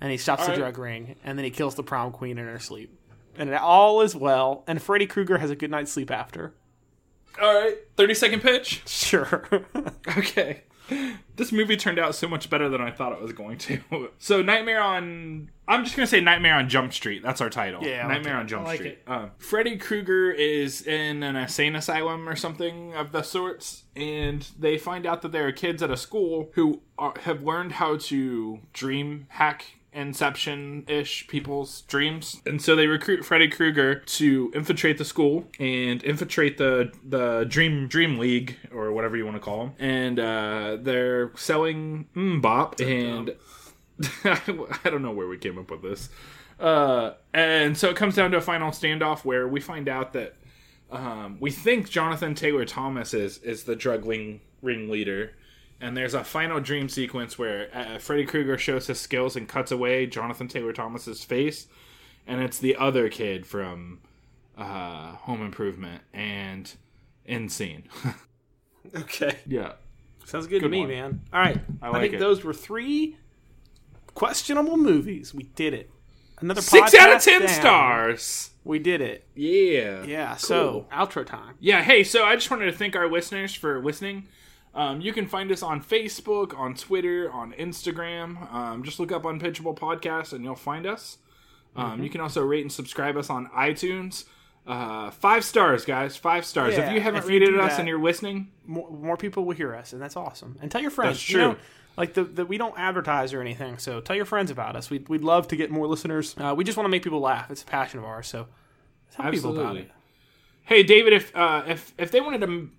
[SPEAKER 1] and he stops the
[SPEAKER 3] Alright.
[SPEAKER 1] drug ring, and then he kills the prom queen in her sleep, and it all is well. And Freddy Krueger has a good night's sleep after. *laughs*
[SPEAKER 3] All right. Thirty second pitch.
[SPEAKER 1] Sure.
[SPEAKER 3] *laughs* Okay. This movie turned out so much better than I thought it was going to. *laughs* So Nightmare on I'm just gonna say Nightmare on Jump Street. That's our title.
[SPEAKER 1] Yeah, I like
[SPEAKER 3] Nightmare on Jump
[SPEAKER 2] I like
[SPEAKER 3] Street.
[SPEAKER 2] it.
[SPEAKER 3] Um, Freddy Krueger is in an insane asylum or something of the sorts, and they find out that there are kids at a school who are, have learned how to dream hack Inception ish people's dreams, and so they recruit Freddy Krueger to infiltrate the school and infiltrate the the Dream Dream League or whatever you want to call them, and uh, they're selling Mbop and. *laughs* I don't know where we came up with this. Uh, and so it comes down to a final standoff where we find out that um, we think Jonathan Taylor Thomas is is the drug ring ringleader, and there's a final dream sequence where uh, Freddy Krueger shows his skills and cuts away Jonathan Taylor Thomas's face, and it's the other kid from uh, Home Improvement and *laughs* Insane.
[SPEAKER 1] okay.
[SPEAKER 3] yeah,
[SPEAKER 1] Sounds good, to me,
[SPEAKER 3] one.
[SPEAKER 1] man. All right. I,
[SPEAKER 3] like
[SPEAKER 1] think
[SPEAKER 3] it.
[SPEAKER 1] those were three questionable movies. We did it. Another
[SPEAKER 3] six out of
[SPEAKER 1] podcast
[SPEAKER 3] ten
[SPEAKER 1] down.
[SPEAKER 3] stars.
[SPEAKER 1] We did it.
[SPEAKER 3] Yeah,
[SPEAKER 1] Yeah. So outro time.
[SPEAKER 3] Yeah, hey, so I just wanted to thank our listeners for listening. Um, you can find us on Facebook, on Twitter, on Instagram. Um, just look up Unpitchable Podcast and you'll find us. Um,
[SPEAKER 1] Mm-hmm.
[SPEAKER 3] You can also rate and subscribe us on iTunes. Uh, five stars, guys. Five stars.
[SPEAKER 1] Yeah,
[SPEAKER 3] if you haven't
[SPEAKER 1] if you do
[SPEAKER 3] rated us
[SPEAKER 1] that-
[SPEAKER 3] and you're listening,
[SPEAKER 1] More, more people will hear us, and that's awesome. And tell your friends.
[SPEAKER 3] That's
[SPEAKER 1] you know,
[SPEAKER 3] true.
[SPEAKER 1] like the, the we don't advertise or anything, so tell your friends about us. We'd we'd love to get more listeners. Uh, we just want to make people laugh. It's a passion of ours. So tell people about
[SPEAKER 3] absolutely.
[SPEAKER 1] it.
[SPEAKER 3] Hey, David, if uh, if if they wanted to m-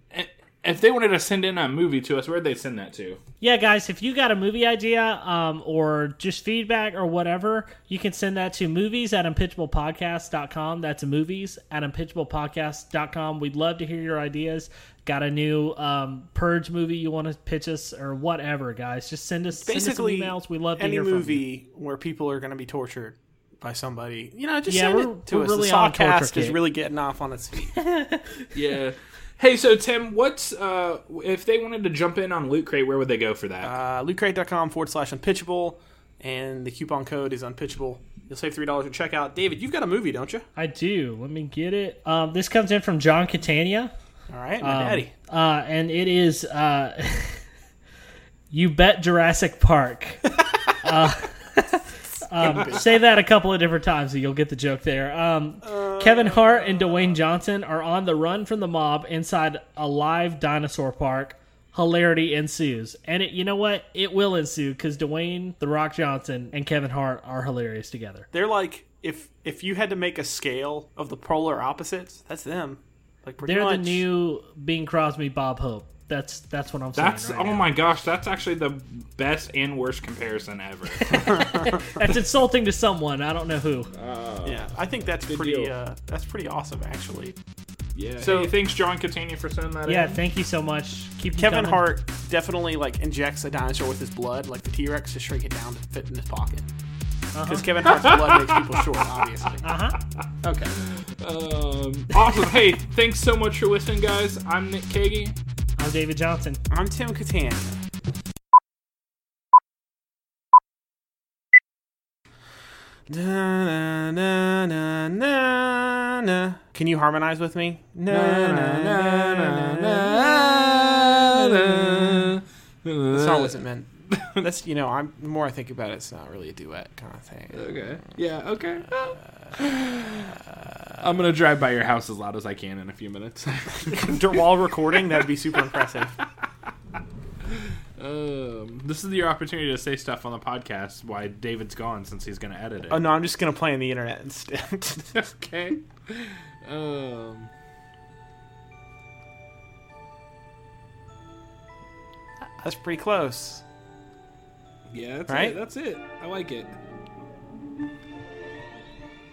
[SPEAKER 3] If they wanted to send in a movie to us, where'd they send that to?
[SPEAKER 2] Yeah, guys, if you got a movie idea um, or just feedback or whatever, you can send that to movies at unpitchablepodcast.com. That's movies at unpitchablepodcast.com. We'd love to hear your ideas. Got a new um, Purge movie you want to pitch us or whatever, guys. Just send us,
[SPEAKER 1] Basically,
[SPEAKER 2] send us some emails. We love to
[SPEAKER 1] Any
[SPEAKER 2] hear from you.
[SPEAKER 1] movie where people are going to be tortured by somebody, you know, just
[SPEAKER 2] Yeah,
[SPEAKER 1] send
[SPEAKER 2] we're-
[SPEAKER 1] it to
[SPEAKER 2] we're
[SPEAKER 1] us.
[SPEAKER 2] really
[SPEAKER 1] the
[SPEAKER 2] on a torture
[SPEAKER 1] Sawcast is
[SPEAKER 2] kick.
[SPEAKER 1] really getting off on its feet.
[SPEAKER 3] Yeah. *laughs* Hey, so Tim, what's uh if they wanted to jump in on Loot Crate, where would they go for that?
[SPEAKER 1] uh, lootcrate.com forward slash unpitchable, and the coupon code is unpitchable. You'll save three dollars at checkout. David, you've got a movie, don't you?
[SPEAKER 2] I do. Let me get it. Um, this comes in from John Catania.
[SPEAKER 1] All right, my
[SPEAKER 2] Um,
[SPEAKER 1] daddy.
[SPEAKER 2] Uh, and it is uh, *laughs* You Bet
[SPEAKER 1] *laughs*
[SPEAKER 2] Jurassic Park. uh, um, say that a couple of different times and you'll get the joke there. Um,
[SPEAKER 1] Uh,
[SPEAKER 2] Kevin Hart and Dwayne Johnson are on the run from the mob inside a live dinosaur park. Hilarity ensues. And it, you know what? It will ensue because Dwayne, The Rock Johnson, and Kevin Hart are hilarious together.
[SPEAKER 1] They're like if if you had to make a scale of the polar opposites, that's them. Like pretty
[SPEAKER 2] They're
[SPEAKER 1] much.
[SPEAKER 2] the new Bing Crosby, Bob Hope. That's that's what I'm saying.
[SPEAKER 3] that's
[SPEAKER 2] right
[SPEAKER 3] oh
[SPEAKER 2] now.
[SPEAKER 3] my gosh, that's actually the best and worst comparison ever.
[SPEAKER 2] That's insulting to someone. I don't know who.
[SPEAKER 1] yeah, I think that's pretty.
[SPEAKER 3] deal.
[SPEAKER 1] Uh, that's pretty awesome, actually.
[SPEAKER 3] *laughs* yeah. So thanks John Catania for sending that
[SPEAKER 2] Yeah,
[SPEAKER 3] in.
[SPEAKER 2] thank you so much. Keep 'em
[SPEAKER 1] Kevin
[SPEAKER 2] coming.
[SPEAKER 1] Hart definitely like injects a dinosaur with his blood, like the T Rex, to shrink it down to fit in his pocket. Because Kevin Hart's blood makes people short, obviously.
[SPEAKER 2] Uh-huh.
[SPEAKER 1] Okay.
[SPEAKER 3] Um, awesome. hey, thanks so much for listening, guys. I'm Nick Kagi.
[SPEAKER 2] I'm David Johnson.
[SPEAKER 1] I'm Tim Catania. Na, na, na, na, na. Can you harmonize with me? Na, na, na, na, na, na. The song wasn't meant. *laughs* That's you know. I'm the more I think about it, it's not really a duet kind of thing.
[SPEAKER 3] Okay. Yeah, okay. *sighs* I'm going to drive by your house as loud as I can in a few minutes.
[SPEAKER 1] *laughs*
[SPEAKER 3] *laughs*
[SPEAKER 1] While recording, that'd be *laughs* super impressive.
[SPEAKER 3] um, this is your opportunity to say stuff on the podcast Why David's gone since he's going to edit it.
[SPEAKER 1] Oh no, I'm just gonna play on the internet instead. *laughs*
[SPEAKER 3] *laughs* okay. Um,
[SPEAKER 1] That's pretty close.
[SPEAKER 3] yeah, that's
[SPEAKER 1] Right?
[SPEAKER 3] it. That's it. I like it.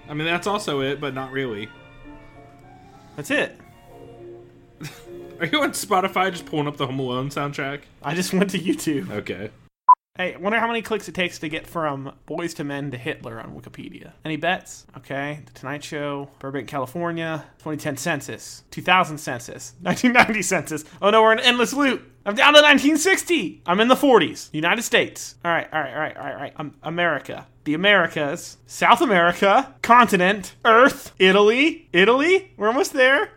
[SPEAKER 3] I mean, that's also it, but not really.
[SPEAKER 1] That's it.
[SPEAKER 3] Are you on Spotify just pulling up the Home Alone soundtrack?
[SPEAKER 1] I just went to YouTube.
[SPEAKER 3] Okay.
[SPEAKER 1] Hey, wonder how many clicks it takes to get from Boys to Men to Hitler on Wikipedia. Any bets? Okay. The Tonight Show, Burbank, California, 2010 census, 2000 census, *laughs* 1990 census. Oh no, we're in an endless loop. I'm down to 1960. I'm in the 40s. United States. All right, all right, all right, all right, all right. Um, America. The Americas, South America, continent, Earth, Italy, Italy. We're almost there.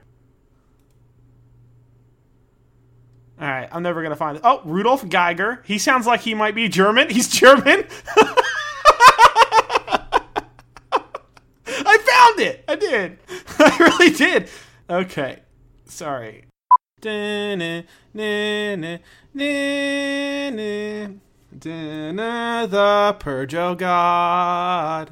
[SPEAKER 1] All right, I'm never gonna find it. Oh, Rudolf Geiger. He sounds like he might be German. He's German. I found it. I did. I really did. Okay. Sorry. Da-na, na-na, na-na. Da-na, The Purge, oh God.